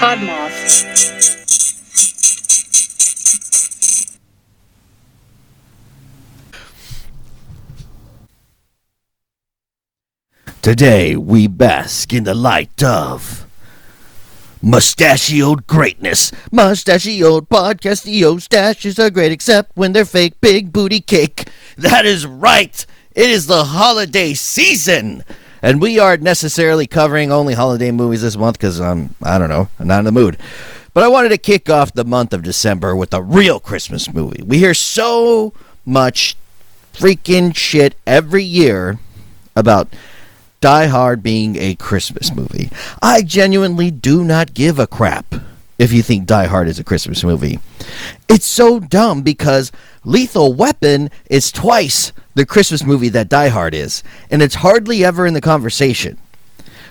Podmoth. Today we bask in the light of mustachioed greatness. Mustachioed podcastio stashes are great except when they're fake big booty cake. That is right. It is the holiday season. And we aren't necessarily covering only holiday movies this month because I'm, I don't know, I'm not in the mood. But I wanted to kick off the month of December with a real Christmas movie. We hear so much freaking shit every year about Die Hard being a Christmas movie. I genuinely do not give a crap if you think Die Hard is a Christmas movie. It's so dumb because Lethal Weapon is twice the Christmas movie that Die Hard is, and it's hardly ever in the conversation.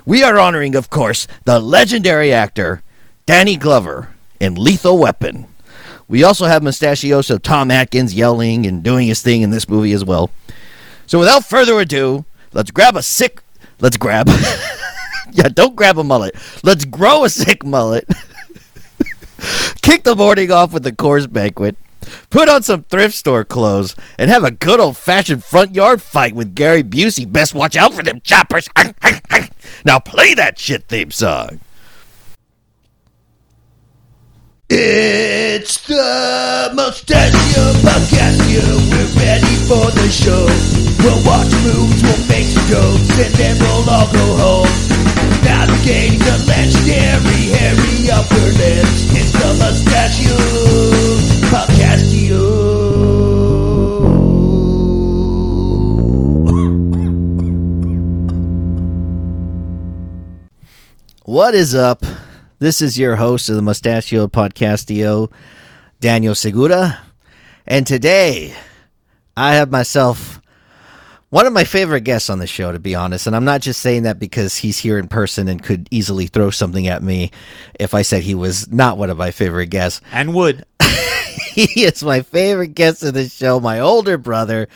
We are honoring, of course, the legendary actor Danny Glover in Lethal Weapon. We also have mustachioso Tom Atkins yelling and doing his thing in this movie as well. So without further ado, let's grab a sick. Let's grab. yeah, don't grab a mullet. Let's grow a sick mullet. Kick the morning off with the Coors Banquet. Put on some thrift store clothes and have a good old fashioned front yard fight with Gary Busey. Best watch out for them choppers. now play that shit theme song. It's the Mustachio Podcastio. We're ready for the show. We'll watch movies, we'll make some jokes, and then we'll all go home. Navigating the legendary Harry Upper Lips. It's the Mustachio Podcastio. What is up? This is your host of the Mustachio Podcastio, Daniel Segura. And today, I have myself one of my favorite guests on the show, to be honest. And I'm not just saying that because he's here in person and could easily throw something at me if I said he was not one of my favorite guests. and would. He is my favorite guest of the show, my older brother,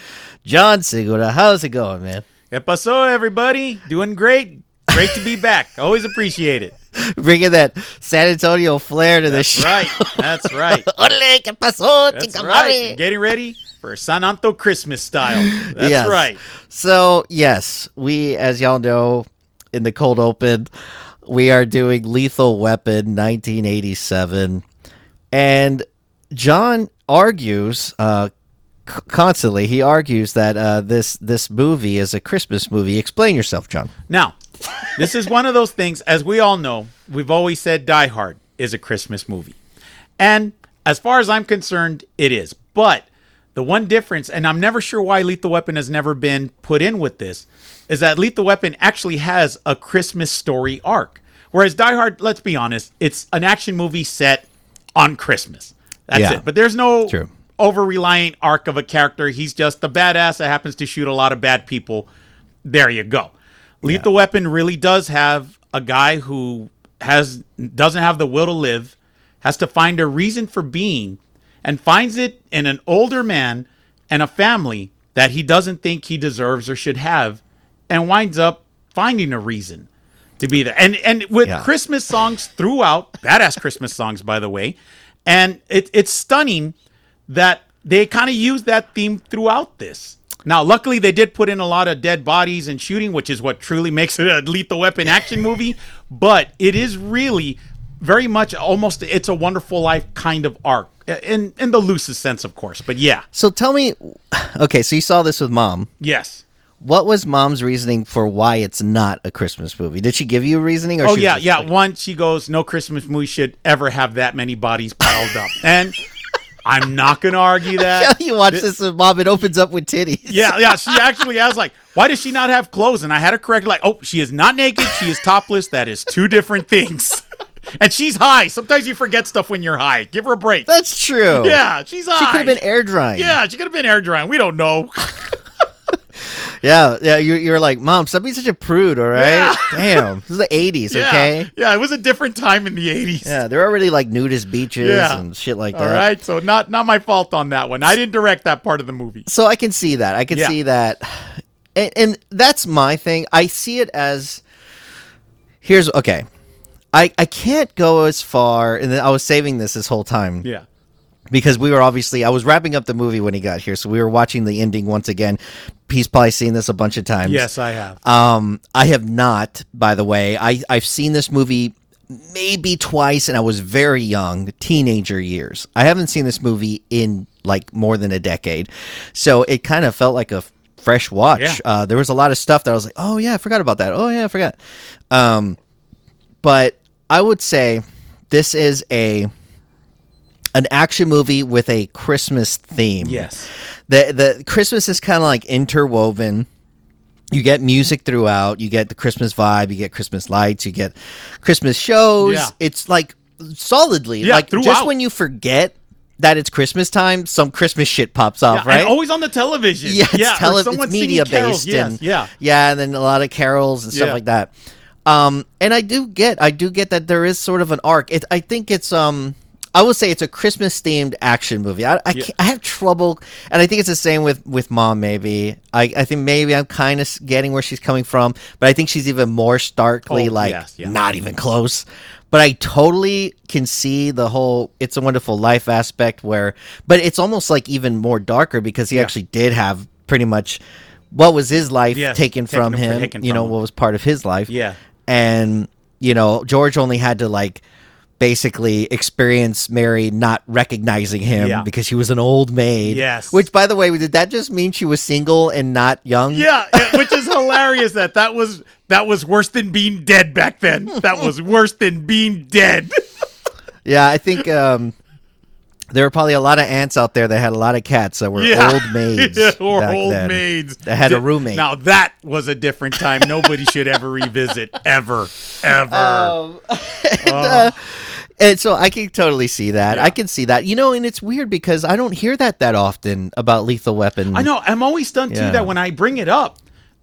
John Segura. How's it going, man? ¿Qué pasó, everybody? Doing great. Great to be back. Always appreciate it. Bringing that San Antonio flair to the show. Right. That's right. Ole, ¿qué pasó, That's chica right. madre? Getting ready for San Anto Christmas style. That's Yes. right. So, yes, we, as y'all know, in the cold open, we are doing Lethal Weapon 1987. And John argues uh, c- constantly, he argues that uh, this, this movie is a Christmas movie. Explain yourself, John. Now, this is one of those things, as we all know, we've always said Die Hard is a Christmas movie. And as far as I'm concerned, it is. But the one difference, and I'm never sure why Lethal Weapon has never been put in with this, is that Lethal Weapon actually has a Christmas story arc. Whereas Die Hard, let's be honest, it's an action movie set on Christmas. That's Yeah. it. But there's no True. over reliant arc of a character. He's just the badass that happens to shoot a lot of bad people. There you go. Lethal Weapon really does have a guy who has doesn't have the will to live, has to find a reason for being, and finds it in an older man and a family that he doesn't think he deserves or should have, and winds up finding a reason to be there. And and with Yeah. Christmas songs throughout, badass Christmas songs, by the way. And it, it's stunning that they kind of use that theme throughout this. Now, luckily, they did put in a lot of dead bodies and shooting, which is what truly makes it a lethal weapon action movie. But it is really very much almost it's a wonderful life kind of arc in in the loosest sense, of course. But yeah, So, tell me okay, so you saw this with mom. yes. What was mom's reasoning for why it's not a Christmas movie? Did she give you a reasoning? Or Oh she was yeah, just yeah. like- One, she goes, "No Christmas movie should ever have that many bodies piled up," and I'm not gonna argue that. you watch this with mom, it opens up with titties. Yeah, yeah. She actually asked, like, why does she not have clothes? And I had to correct, like, oh, she is not naked. She is topless. That is two different things. And she's high. Sometimes you forget stuff when you're high. Give her a break. That's true. yeah, she's high. She could have been air drying. Yeah, she could have been air drying. We don't know. Yeah. Yeah. You're, you're like, Mom, stop being such a prude, all right? Damn. This is the 80s, Yeah. okay? Yeah, it was a different time in the 80s. Yeah. They're already like nudist beaches Yeah. and shit like All that. right. So not not my fault on that one. I didn't direct that part of the movie. So I can see that. I can Yeah. see that. And, and that's my thing. I see it as here's okay. I, I can't go as far, and then I was saving this this whole time Yeah. because we were obviously I was wrapping up the movie when he got here, so we were watching the ending once again. He's probably seen this a bunch of times. Yes, I have. Um, I have not, by the way. I I've seen this movie maybe twice, and I was very young, teenager years. I haven't seen this movie in like more than a decade, so it kind of felt like a f- fresh watch. Yeah. Uh, there was a lot of stuff that I was like, oh yeah, I forgot about that. Oh yeah, I forgot. Um, but I would say this is a an action movie with a Christmas theme Yes. the the Christmas is kind of like interwoven. You get music throughout. You get the Christmas vibe. You get Christmas lights. You get Christmas shows. Yeah. It's like solidly Yeah, like just throughout. when you forget that it's Christmas time, some Christmas shit pops off, And right? always on the television. yeah, it's, or tele- someone it's singing media carols. based Yes, and yeah. yeah, and then a lot of carols and stuff Yeah. like that. Um, and I do get, I do get that there is sort of an arc. It, I think it's, um, I would say it's a Christmas themed action movie. I, I, can't- I have trouble, and I think it's the same with with mom. Maybe I, I think maybe I'm kind of getting where she's coming from, but I think she's even more starkly Oh, like yes, yeah. not even close. But I totally can see the whole "It's a Wonderful Life" aspect where, but it's almost like even more darker because he actually did have pretty much what was his life Yes, taken taken from from- him. taken you know from him. what was part of his life. Yeah. and you know George only had to like basically experience Mary not recognizing him Yeah. because she was an old maid. Yes. which by the way, did that just mean she was single and not young? Yeah, yeah, which is hilarious that that was that was worse than being dead back then. That was worse than being dead. Yeah, I think um, there were probably a lot of aunts out there that had a lot of cats that were Yeah. old maids. or back old then maids That had a Di- roommate. Now that was a different time. Nobody should ever revisit ever, ever. And so I can totally see that. I can see that. You know, and it's weird because I don't hear that that often about Lethal Weapon. I know. I'm always stunned Yeah. too that when I bring it up,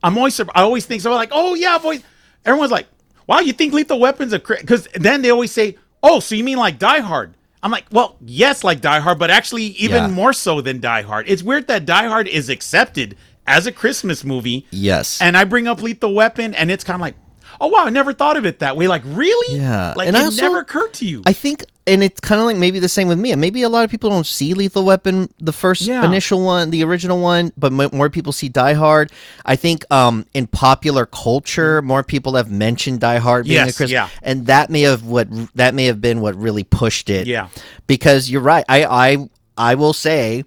I'm always surp- I always think so. Like, oh yeah, I've always. Everyone's like, wow, you think Lethal Weapon's a because then they always say, oh, so you mean like Die Hard? I'm like, well, yes, like Die Hard, but actually even Yeah. more so than Die Hard. It's weird that Die Hard is accepted as a Christmas movie, Yes. and I bring up Lethal Weapon, and it's kind of like, oh wow, I never thought of it that way. Like, really? Yeah. Like And it I also- never occurred to you. I think, and it's kind of like maybe the same with me. And Maybe a lot of people don't see Lethal Weapon, the first Yeah. initial one, the original one, but mo more people see Die Hard. I think um, in popular culture, more people have mentioned Die Hard being a Yes, Christmas, yeah. and that may have what that may have been what really pushed it. Yeah. because you're right. I I I will say.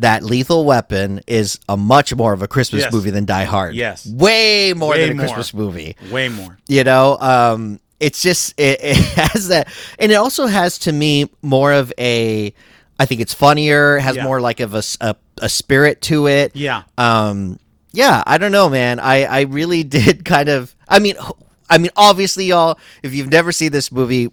That Lethal Weapon is a much more of a Christmas Yes. movie than Die Hard. Yes. way more Way than a more. Christmas movie Way more. you know um it's just it, it has that and it also has to me more of a i think it's funnier has Yeah. more like of a, s- a- a spirit to it Yeah. um yeah i don't know man i i really did kind of i mean h- i mean obviously y'all if you've never seen this movie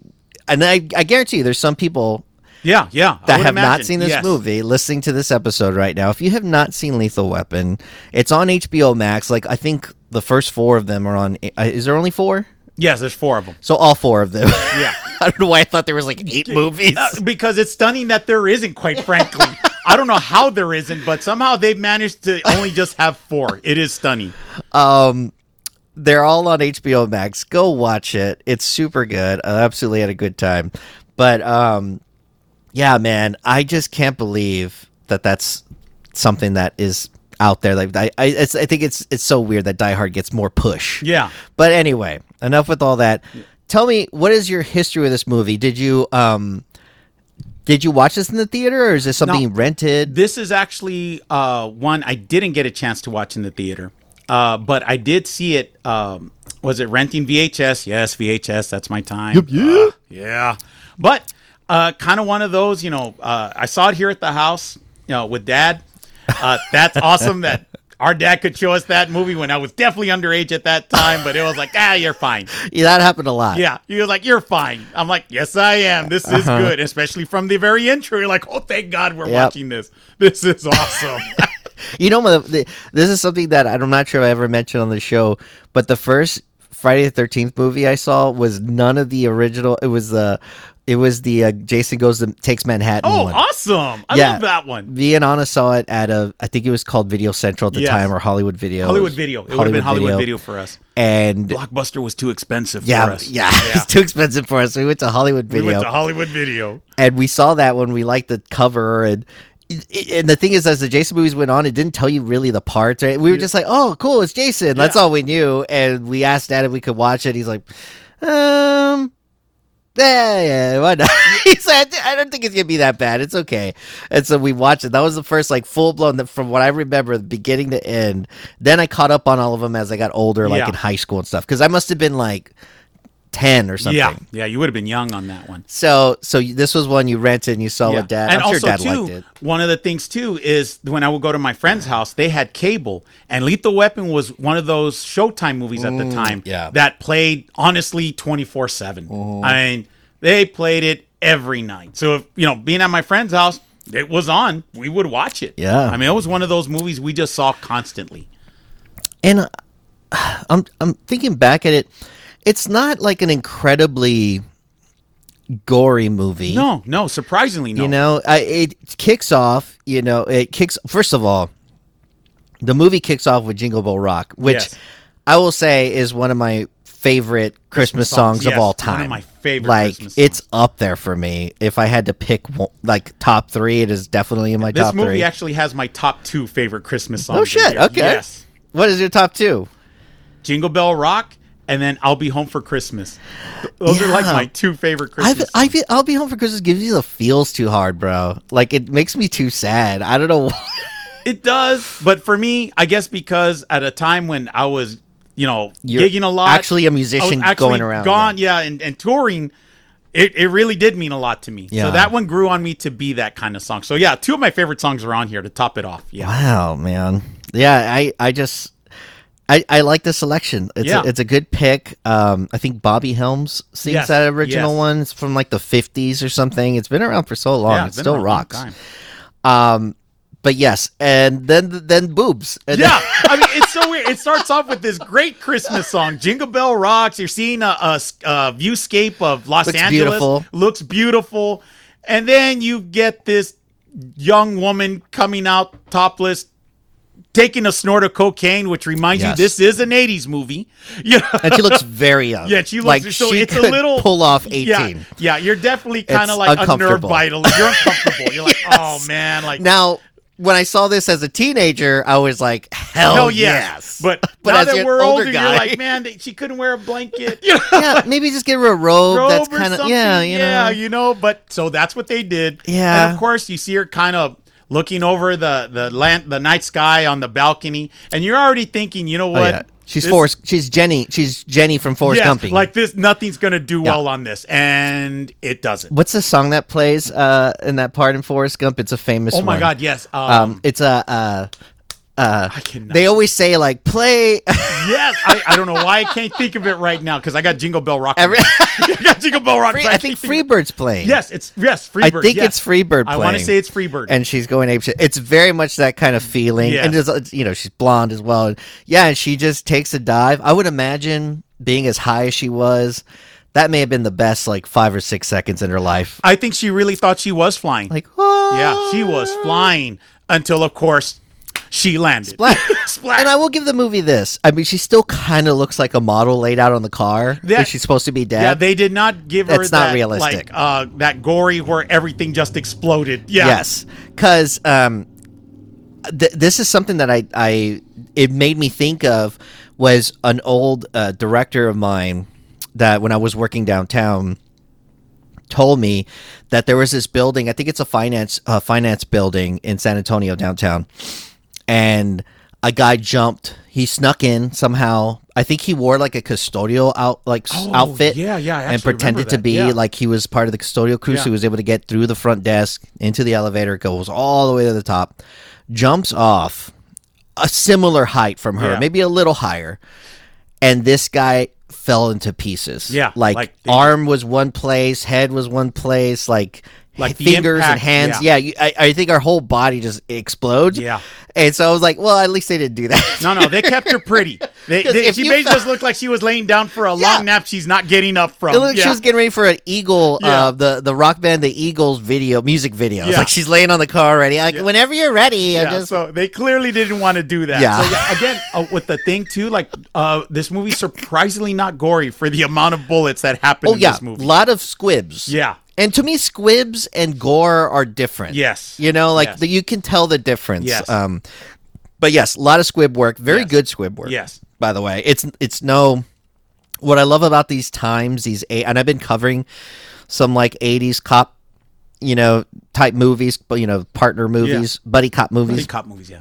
and i i guarantee you there's some people Yeah. Yeah. I that would have imagine. not seen this Yes. movie listening to this episode right now if you have not seen lethal weapon it's on hbo max like i think the first four of them are on uh, is there only four Yes, there's four of them. so all four of them. Yeah. I don't know why I thought there was like eight movies. Uh, because it's stunning that there isn't, quite frankly. I don't know how there isn't, but somehow they've managed to only just have four. It is stunning. They're all on HBO Max. Go watch it. It's super good. I absolutely had a good time. But um yeah, man, I just can't believe that that's something that is out there. Like I I, it's, I think it's it's so weird that Die Hard gets more push. Yeah. But anyway, enough with all that. Tell me, what is your history with this movie? Did you um did you watch this in the theater or is this something you No. rented? This is actually uh, one I didn't get a chance to watch in the theater, uh, but I did see it. Um, was it renting VHS? Yes, VHS. That's my time. Uh, yeah. But uh, kind of one of those, you know, uh, I saw it here at the house, you know, with dad. Uh, that's awesome that our dad could show us that movie when I was definitely underage at that time, but it was like, ah, you're fine. Yeah, that happened a lot. Yeah, he was like, "You're fine." I'm like, "Yes, I am. This is good." Especially from the very intro, you're like, "Oh, thank God we're Uh-huh. Yep. watching this. This is awesome." You know, my- the- this is something that I'm not sure I ever mentioned on the show, but the first Friday the Thirteenth movie I saw was none of the original. It was the It was the uh, Jason goes to takes Manhattan. Oh, one. awesome! I Yeah. love that one. Me and Anna saw it at a, I think it was called Video Central at the Yes. time or Hollywood Video. Hollywood Video. It would have been Hollywood Video. for us. And Blockbuster was too expensive for yeah, us. yeah, it's too expensive for us. We went to Hollywood we Video. went to Hollywood Video. and we saw that when we liked the cover and and the thing is as the jason movies went on it didn't tell you really the parts right we were just like oh cool it's jason that's Yeah. all we knew and we asked dad if we could watch it he's like um yeah, yeah, why not? he said, I don't think it's gonna be that bad. It's okay. And so we watched it. That was the first like full blown from what I remember, the beginning to end. Then I caught up on all of them as I got older, like Yeah. in high school and stuff. Because I must have been like ten or something. Yeah, yeah, you would have been young on that one. So, so you- this was one you rented and you saw with dad. And I'm sure also dad too, liked it. one of the things too is when I would go to my friend's house, they had cable, and Lethal Weapon was one of those Showtime movies at the time Mm, yeah. Mm-hmm. that played honestly twenty four seven. I mean, they played it every night. So if you know, being at my friend's house, it was on. We would watch it. Yeah. I mean, it was one of those movies we just saw constantly. And uh, I'm I'm thinking back at it. It's not like an incredibly gory movie. No, no, surprisingly, no. You know, I, it kicks off. You know, it kicks. First of all, the movie kicks off with Jingle Bell Rock, which Yes. I will say is one of my favorite Christmas, songs, songs, yes. of all One of time. my favorite Like Christmas it's up there for me. If I had to pick one, like top three, it is definitely in my this top movie three. actually has my top two favorite Christmas songs. oh in shit! here. Okay. Yes. What is your top two? Jingle Bell Rock, and then I'll Be Home for Christmas. Th- Those are like Yeah. my two favorite I've, Christmas. I've, I'll be home for Christmas gives you the feels too hard, bro. Like it makes me too sad. I don't know. Why. it does, but for me, I guess because at a time when I was, you know, You're gigging a lot, actually a I was musician actually going around. gone, yeah, and, and touring. It, it really did mean a lot to me. Yeah. So that one grew on me to be that kind of song. So yeah, two of my favorite songs are on here to top it off. Yeah. Wow, man. Yeah, I, I just, I, I like the selection. It's Yeah. a, it's a good pick. Um, I think Bobby Helms sings Yes, that original yes. one. It's from like the fifties or something. It's been around for so long. yeah, it it's been still around a long rocks. time. But yes, and then then boobs. And Yeah, I mean it's so weird. It starts off with this great Christmas song, "Jingle Bell Rocks." You're seeing a, a s- a viewscape of Los Looks Angeles, beautiful. looks beautiful, and then you get this young woman coming out topless, taking a snort of cocaine, which reminds Yes. you this is an '80s movie. You know? And she looks very young. Yeah, she looks like so she it's a could little pull off eighteen. Yeah, yeah, you're definitely kind It's of like unnerved uncomfortable. by it. You're uncomfortable. You're like, oh man, like Now, when I saw this as a teenager, I was like, hell, hell yes. yes. Oh, But, But now as that an we're older older, guy- you're like, man, she couldn't wear a blanket. You know? yeah, maybe just give her a robe, robe that's or kind of something. yeah, you yeah, know. you know. But so that's what they did. Yeah. and of course you see her kind of looking over the the land, the night sky on the balcony, and you're already thinking, you know Oh, what? yeah. She's This- Forrest. She's Jenny. She's Jenny from Forrest Yes, Gump. like this, nothing's gonna do well on this, and it doesn't. what's the song that plays uh, in that part in Forrest Gump? It's a famous. Oh my one. God, yes. Um, Um, it's a. Uh, I cannot. they always say like play. yes, I, I don't know why I can't think of it right now because I got Jingle Bell Rock. I got Jingle Bell Rock. so I think can't think- Freebird's playing. Yes, it's yes. I Freebird. think yes. it's Freebird. Playing. I want to say it's Freebird. and she's going apeshit. It's very much that kind of Mm. feeling, Yeah. and it's, you know she's blonde as well. And yeah, and she just takes a dive. I would imagine being as high as she was, that may have been the best like five or six seconds in her life. I think she really thought she was flying. Like, oh Yeah, she was flying until, of course, she landed. Splat. Splat. And I will give the movie this. I mean, she still kind of looks like a model laid out on the car. That- That, she's supposed to be dead. yeah, they did not give her That's not that, realistic. like uh, that gory where everything just exploded. Yeah. Yes, because um, th- this is something that I, I it made me think of was an old uh, director of mine that when I was working downtown told me that there was this building. I think it's a finance uh, finance building in San Antonio downtown, and a guy jumped. He snuck in somehow. I think he wore like a custodial out like s- Oh, outfit. yeah, yeah, I and actually remember pretended to that, be yeah. like like he was part of the custodial crew, so he Yeah. was able to get through the front desk into the elevator, goes all the way to the top, jumps off a similar height from her, Yeah. maybe a little higher, and this guy fell into pieces. Yeah, like, like- arm was one place, head was one place, like Like the fingers and impact, hands. Yeah, yeah. you, I, I think our whole body just explodes. Yeah. and so I was like, well, at least they didn't do that. No, no, they kept her pretty. They, 'Cause they, if she you- made us look like she was laying down for a Yeah. long nap. She's not getting up from. It looked like Yeah. she was getting ready for an Eagle, Yeah. uh, the the rock band, the Eagles video music video. It's Yeah. like she's laying on the car already. Like whenever you're ready, I yeah, just so they clearly didn't want to do that. Yeah. So, again, uh, with the thing too, like uh, this movie surprisingly not gory for the amount of bullets that happened oh in yeah, this movie. lot of squibs. Yeah. and to me, squibs and gore are different. Yes. you know, like Yes. the, you can tell the difference. Yes. Um, but yes, a lot of squib work. Very Yes. good squib work. Yes. by the way, it's it's no. What I love about these times, these eight, and I've been covering some like '80s cop, you know, type movies, but you know, partner movies, buddy cop movies. Big cop movies, yeah.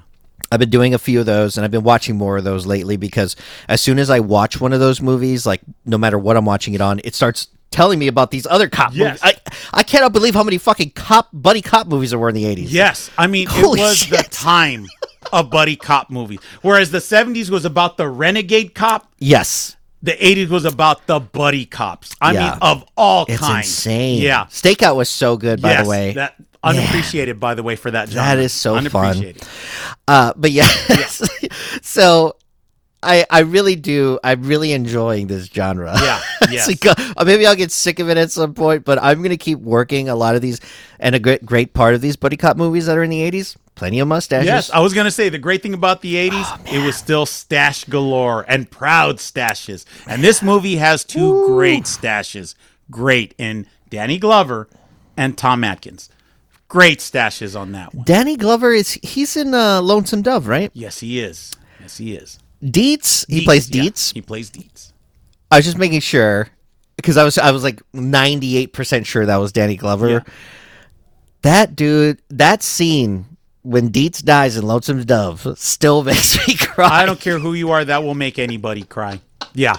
I've been doing a few of those and I've been watching more of those lately because as soon as I watch one of those movies, like no matter what I'm watching it on, it starts telling me about these other cop Yes. movies. I, I cannot believe how many fucking cop buddy cop movies there were in the 80s. Yes, I mean Holy it was the shit. time of buddy cop movies, whereas the '70s was about the renegade cop. Yes. The '80s was about the buddy cops. I Yeah. mean, of all It's kinds. insane. Yeah. Stakeout was so good, by Yes, the way. that unappreciated, by the way, for that. Genre. is so fun. Unappreciated. Uh, but yeah, so I I really do. I'm really enjoying this genre. Yeah, yes. It's like, uh, maybe I'll get sick of it at some point, but I'm gonna keep working a lot of these, and a great great part of these buddy cop movies that are in the '80s. Plenty of mustaches. Yes, I was gonna say the great thing about the '80s, Oh, it was still stash galore and proud stashes. And this movie has two great stashes, great in Danny Glover and Tom Atkins. Great stashes on that one. Danny Glover is he's in uh, Lonesome Dove, right? Yes, he is. Yes, he is. Dietz. He plays yeah, Dietz. he plays Deets. I was just making sure because I was I was like 98 percent sure that was Danny Glover. Yeah. That dude, that scene when Dietz dies in Lonesome Dove still makes me cry. I don't care who you are, that will make anybody cry. Yeah.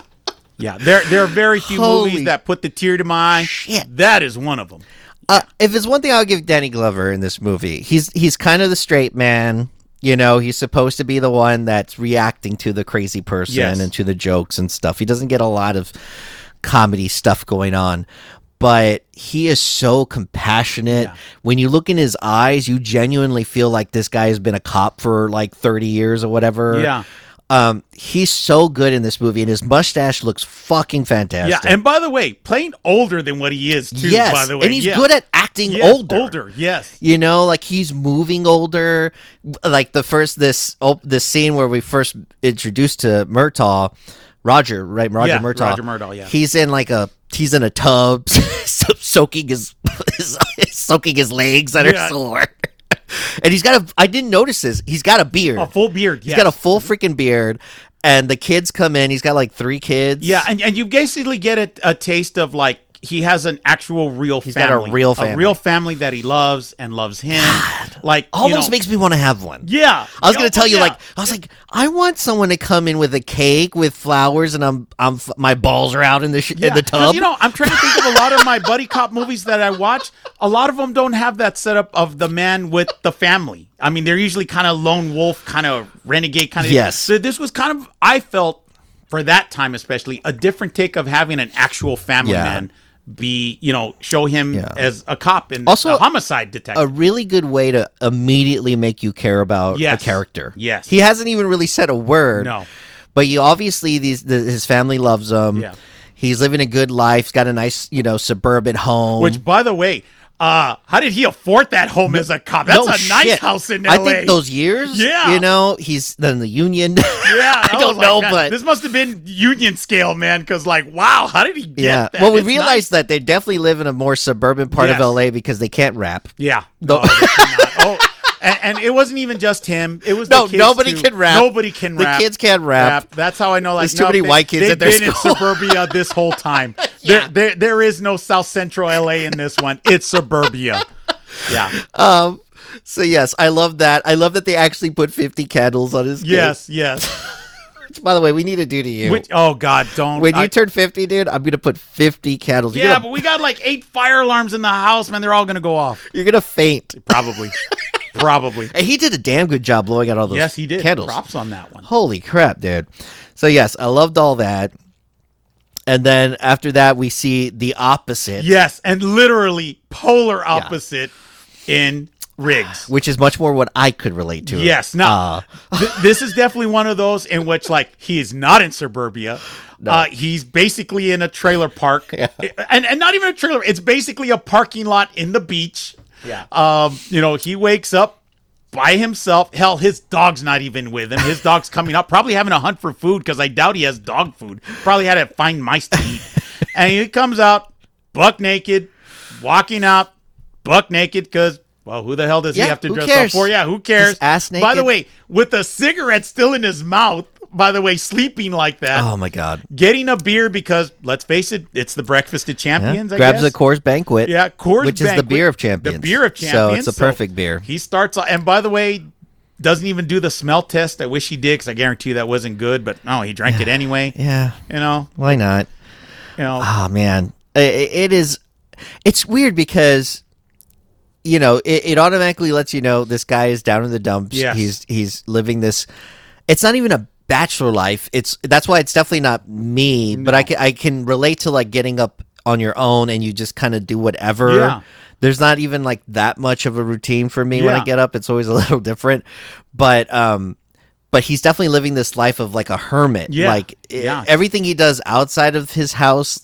Yeah. There there are very few Holy movies that put the tear to my eye. shit. That is one of them. Uh, if it's one thing I'll give Danny Glover in this movie, he's he's kind of the straight man. You know, he's supposed to be the one that's reacting to the crazy person Yes. and to the jokes and stuff. He doesn't get a lot of comedy stuff going on, but he is so compassionate. When you look in his eyes, you genuinely feel like this guy has been a cop for like 30 years or whatever. Yeah. Um, he's so good in this movie, and his mustache looks fucking fantastic. Yeah. And by the way, playing older than what he is too, yes, by the way. and he's Yeah. good at acting Yes, Older, yes. you know like he's moving older like the first this oh, this scene where we first introduced to murtaugh roger right roger Yeah, murtaugh Roger Murtaugh, yeah. he's in like a he's in a tub so- soaking his, his soaking his legs that Yeah. are sore and he's got a i didn't notice this he's got a beard A full beard. He's Oh, Yes. got a full freaking beard and the kids come in he's got like three kids yeah, and, and you basically get a, a taste of like he has an actual real He's got a family. real family. A real family that he loves and loves him. Like you almost know- makes me want to have one Yeah. Oh, I was gonna tell you, Yeah. like, I was like, I want someone to come in with a cake with flowers, and I'm, I'm, f- my balls are out in the sh- in the 'cause, tub. You know, I'm trying to think of a lot of my buddy cop movies that I watch. A lot of them don't have that setup of the man with the family. I mean, they're usually kind of lone wolf, kind of renegade, kind of. Yes. So this was kind of I felt for that time especially a different take of having an actual family Yeah. man be you know show him Yeah. as a cop and Also, a homicide detective. a really good way to immediately make you care about Yes. a character. Yes. he hasn't even really said a word. No. but you obviously these the, his family loves him. Yeah. He's living a good life. He's got a nice, you know, suburban home. which, by the way, uh, how did he afford that home as a cop? That's No a nice shit. house in LA. I think those years. Yeah. you know, he's then the union. Yeah, I was don't like, know, man, but- this must have been union scale, man. Because like, wow, how did he get yeah. that? Well, we It's realized that they definitely live in a more suburban part Yes. of LA because they can't rap. not- yeah, No. no, they cannot. oh, and, and it wasn't even just him. It was the No, kids, nobody too. can rap. Nobody can The rap. kids can't rap. That's how I know. Like, There's too no, many they- white kids they've at their been school. in suburbia this whole time. there, there, there is no South Central LA in this one. It's suburbia. Yeah. Um. So yes, I love that. I love that they actually put fifty candles on his. cake, Yes. Yes. which, by the way, we need to do to you. Which, oh God, don't. when you I- turn fifty, dude, I'm gonna put fifty candles. You're yeah, gonna, but we got like eight fire alarms in the house, man. They're all gonna go off. you're gonna faint. Probably. Probably. And he did a damn good job blowing out all those. Yes, he did. Candles. Props on that one. Holy crap, dude! So yes, I loved all that. and then after that we see the opposite, Yes, and literally polar opposite in Riggs. which is much more what I could relate to. Yes, Uh, no. th- this is definitely one of those in which, like, he is not in suburbia. Uh, he's basically in a trailer park, and and not even a trailer. It's basically a parking lot in the beach. Yeah. Um, you know, he wakes up by himself. Hell, his dog's not even with him. His dog's coming up, probably having a hunt for food because I doubt he has dog food. Probably had to find mice to eat. and he comes out buck naked, walking out buck naked because. Well, who the hell does Yeah, he have to who dress cares? up for? Yeah, who cares? Just ass By the naked. way, with a cigarette still in his mouth, by the way, sleeping like that, oh my god. getting a beer because let's face it, it's the breakfast of Yeah. champions. I Grabs guess. a Coors Banquet. yeah, Coors which is the Banquet, beer of champions. The beer of champions. So it's a perfect beer. He starts, off- and by the way, doesn't even do the smell test. I wish he did because I guarantee you that wasn't good. But no, he drank it anyway. yeah. You know, Why not? you know, Oh man, I- I- it is. It's weird because you know it, it automatically lets you know this guy is down in the dumps. Yes. He's he's living this. It's not even a bachelor life. It's that's why it's definitely not me. But I can I can relate to like getting up on your own and you just kind of do whatever. Yeah. There's not even like that much of a routine for me when I Yeah. get up. It's always a little different, but um, but he's definitely living this life of like a hermit. Yeah. Like i- Yeah. everything he does outside of his house,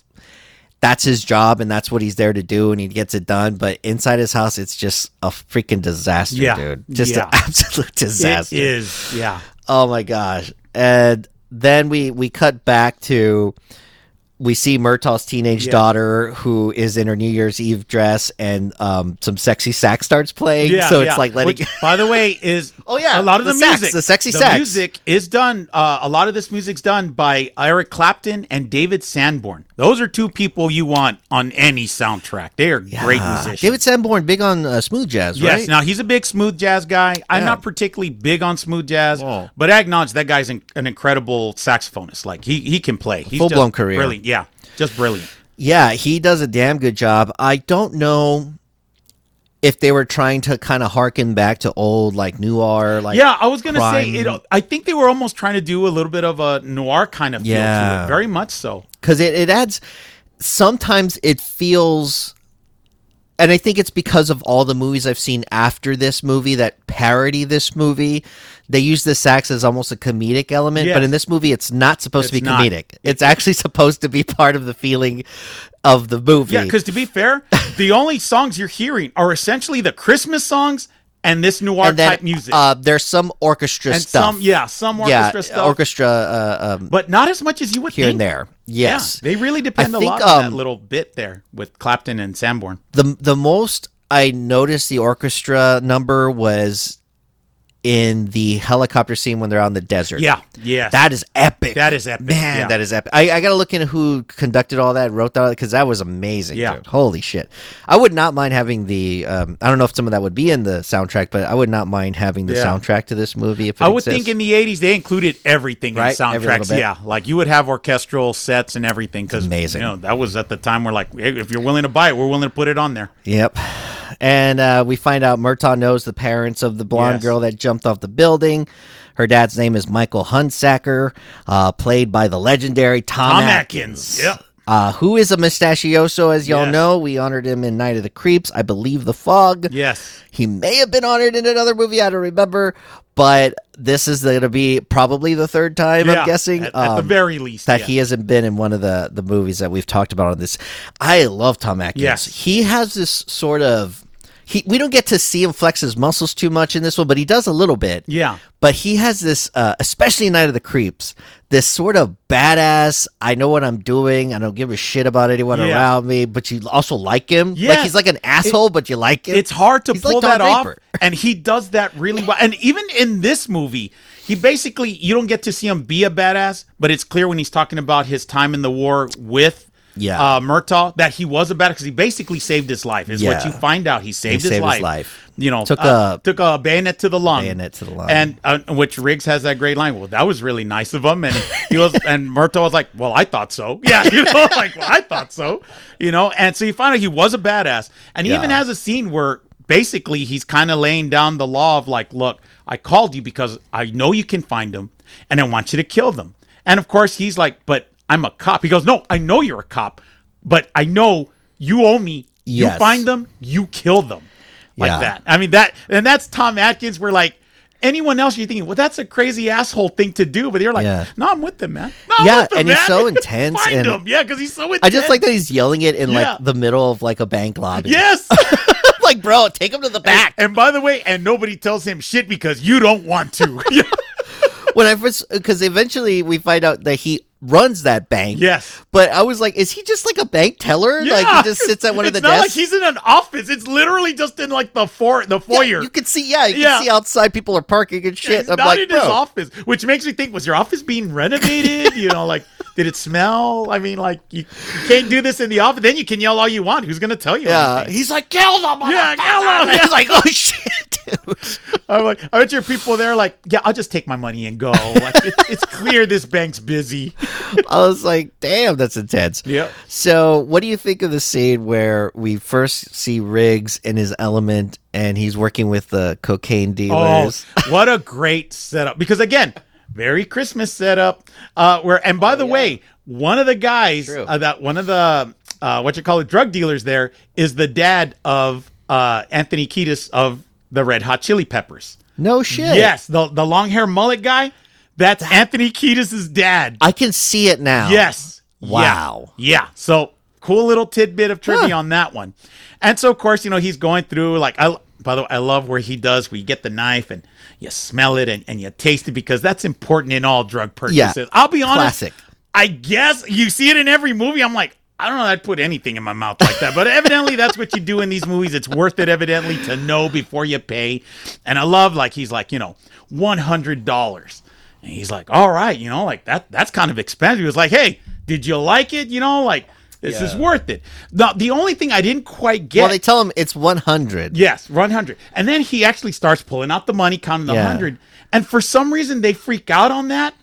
that's his job and that's what he's there to do and he gets it done. But inside his house, it's just a freaking disaster, Yeah. dude. Just Yeah. an absolute it disaster. is. Yeah, Oh my gosh. And then we we cut back to we see Murtaugh's teenage Yeah. daughter who is in her New Year's Eve dress and um, some sexy sax starts playing. yeah. so it's yeah. like letting Which, by the way, is Oh, yeah, a lot of the the, sax, music, the sexy the sax. music is done. Uh, a lot of this music's done by Eric Clapton and David Sanborn. Those are two people you want on any soundtrack. They are great Ah, musicians. David Sanborn, big on uh, smooth jazz, Yes. right? Now he's a big smooth jazz guy. I'm Yeah. not particularly big on smooth jazz, Whoa. but I acknowledge that guy's an, an incredible saxophonist. Like he he can play. He's Full-blown just career. Brilliant. Yeah. Just brilliant. Yeah, he does a damn good job. I don't know if they were trying to kind of harken back to old like noir, like yeah, I was gonna say crime. it. I think they were almost trying to do a little bit of a noir kind of feel to Yeah. it. Very much so. because it, it adds. Sometimes it feels, and I think it's because of all the movies I've seen after this movie that parody this movie. They use the sax as almost a comedic element, but Yes. in this movie, it's not supposed to It's be not. comedic. It's actually supposed to be part of the feeling of the movie. Yeah, because to be fair, the only songs you're hearing are essentially the Christmas songs and this noir and then type music. Uh, there's some orchestra and stuff. some yeah, some orchestra yeah, stuff. orchestra uh, um, but not as much as you would here think. and there. Yeah, Yes, they really depend think, a lot on um, that little bit there with Clapton and Sanborn. the the most I noticed the orchestra number was in the helicopter scene when they're out in the desert. Yeah, yeah. that is epic. That is epic, man. yeah. That is epic. I, I gotta look into who conducted all that, wrote that, because that was amazing. Yeah. dude. holy shit. I would not mind having the. Um, I don't know if some of that would be in the soundtrack, but I would not mind having the Yeah. soundtrack to this movie. If it I would exists. think in the '80s they included everything Right, in every little soundtracks. bit. Yeah, like you would have orchestral sets and everything. Because Amazing. You know, that was at the time we're like, hey, if you're willing to buy it, we're willing to put it on there. Yep. And uh, we find out Murtaugh knows the parents of the blonde Yes. girl that jumped off the building. Her dad's name is Michael Hunsacker, uh, played by the legendary Tom, Tom Atkins. Atkins. Yep. Uh, who is a mustachioso, as y'all Yes. know. We honored him in Night of the Creeps, I believe The Fog. Yes. He may have been honored in another movie, I don't remember. But this is going to be probably the third time, Yeah, I'm guessing. at, at the um, very least that yeah. he hasn't been in one of the the movies that we've talked about on this. I love Tom Atkins. Yes. He has this sort of he we don't get to see him flex his muscles too much in this one, but he does a little bit. Yeah. But he has this, uh, especially in Night of the Creeps, this sort of badass. I know what I'm doing. I don't give a shit about anyone Yeah. around me. But you also like him. Like Yeah. he's like an asshole, but you like him. It's hard to He's like pull Don that off, Draper. and he does that really well. And even in this movie, he basically you don't get to see him be a badass, but it's clear when he's talking about his time in the war with Yeah. uh, Murtaugh that he was a badass because he basically saved his life. Is what Yeah. you find out. He saved saved, his his, life. life. You know, Took uh, a- took a bayonet to the lung. Bayonet to the lung. And uh, which Riggs has that great line. Well, that was really nice of him. And he was, and Murtaugh was like, "Well, I thought so." Yeah, you know, like, "Well, I thought so." You know, and so you find out he was a badass, and he even Yeah. has a scene where basically he's kind of laying down the law of like, "Look, I called you because I know you can find them, and I want you to kill them." And of course, he's like, "But." I'm a cop. He goes, No, I know you're a cop, but I know you owe me. Yes. You find them, you kill them. Like Yeah. that. I mean that and that's Tom Atkins where like anyone else you're thinking, well, that's a crazy asshole thing to do, but you're like, Yeah. no, I'm with them, man. No, I'm Yeah, with them, and he's man." so intense Find and- him. Yeah, because he's so intense. I just like that he's yelling it in Yeah. like the middle of like a bank lobby. Yes. like, bro, take him to the back. and by the way, and nobody tells him shit because you don't want to. Yeah. when I first, because eventually we find out that he runs that bank. yes. But I was like, is he just like a bank teller? like Yeah. he just sits at one of the it's not desks. like he's in an office. It's literally just in like the for the Yeah, foyer. you can see, yeah, you Yeah. can see outside people are parking and Yeah, shit. he's I'm not like, in bro, his office, which makes me think: Was your office being renovated? you know, like did it smell? I mean, like you, you can't do this in the office. Then you can yell all you want. Who's gonna tell you? yeah. anything? He's like, kill them. motherfucker!" Yeah, kill 'em. He's like, oh shit, dude. I'm like, I bet your people there, are like, yeah, I'll just take my money and go. Like, it, it's clear this bank's busy. I was like, damn, that's intense. Yeah. So, what do you think of the scene where we first see Riggs in his element and he's working with the cocaine dealers? Oh, what a great setup! Because again, very Christmas setup. Uh, where and by the way, one of the guys True. uh, that one of the uh, what you call it drug dealers there is the dad of uh, Anthony Kiedis of the Red Hot Chili Peppers. No shit. Yes, the the long hair mullet guy. That's Anthony Kiedis' dad. I can see it now. Yes. Yeah. Wow. Yeah. So cool little tidbit of trivia Huh. on that one. And so of course, you know, he's going through like I by the way, I love where he does where you get the knife and you smell it and, and you taste it because that's important in all drug purchases. I'll be honest. Classic. I guess you see it in every movie. I'm like, I don't know that I'd put anything in my mouth like that. But evidently that's what you do in these movies. It's worth it, evidently, to know before you pay. And I love like he's like, you know, one hundred dollars. And he's like, All right, you know, like that that's kind of expensive. He was like, Hey, did you like it? You know, like this is worth it. Now the only thing I didn't quite get Well, they tell him it's 100. Yes, run hundred. And then he actually starts pulling out the money, counting the Yeah. hundred. And for some reason they freak out on that.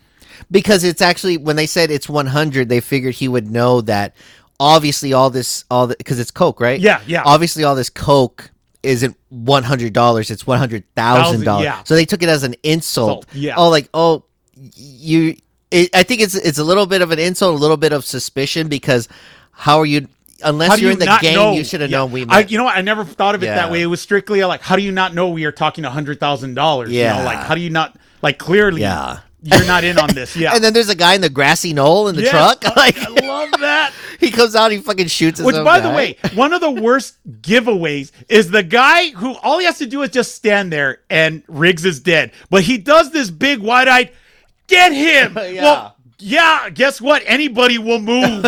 because it's actually when they said it's 100 they figured he would know that obviously all this all the because it's coke right Yeah, yeah. obviously all this coke isn't one hundred dollars; it's one hundred thousand dollars. yeah. So they took it as an insult. Insult, yeah. Oh, like oh, y- you. It, I think it's it's a little bit of an insult, a little bit of suspicion because how are you? Unless How do you're you in the not gang, know? you should have Yeah. known we I, met. you know what? I never thought of it Yeah. that way. It was strictly like, how do you not know we are talking a hundred thousand dollars? You Yeah. know, like how do you not like clearly? Yeah. You're not in on this. Yeah. and then there's a guy in the grassy knoll in the Yes. truck. Like I love that. he comes out, he fucking shoots. His Which, own by the guy. way, one of the worst giveaways is the guy who all he has to do is just stand there and Riggs is dead. But he does this big wide eyed, get him. Yeah. Well, yeah, guess what? Anybody will move.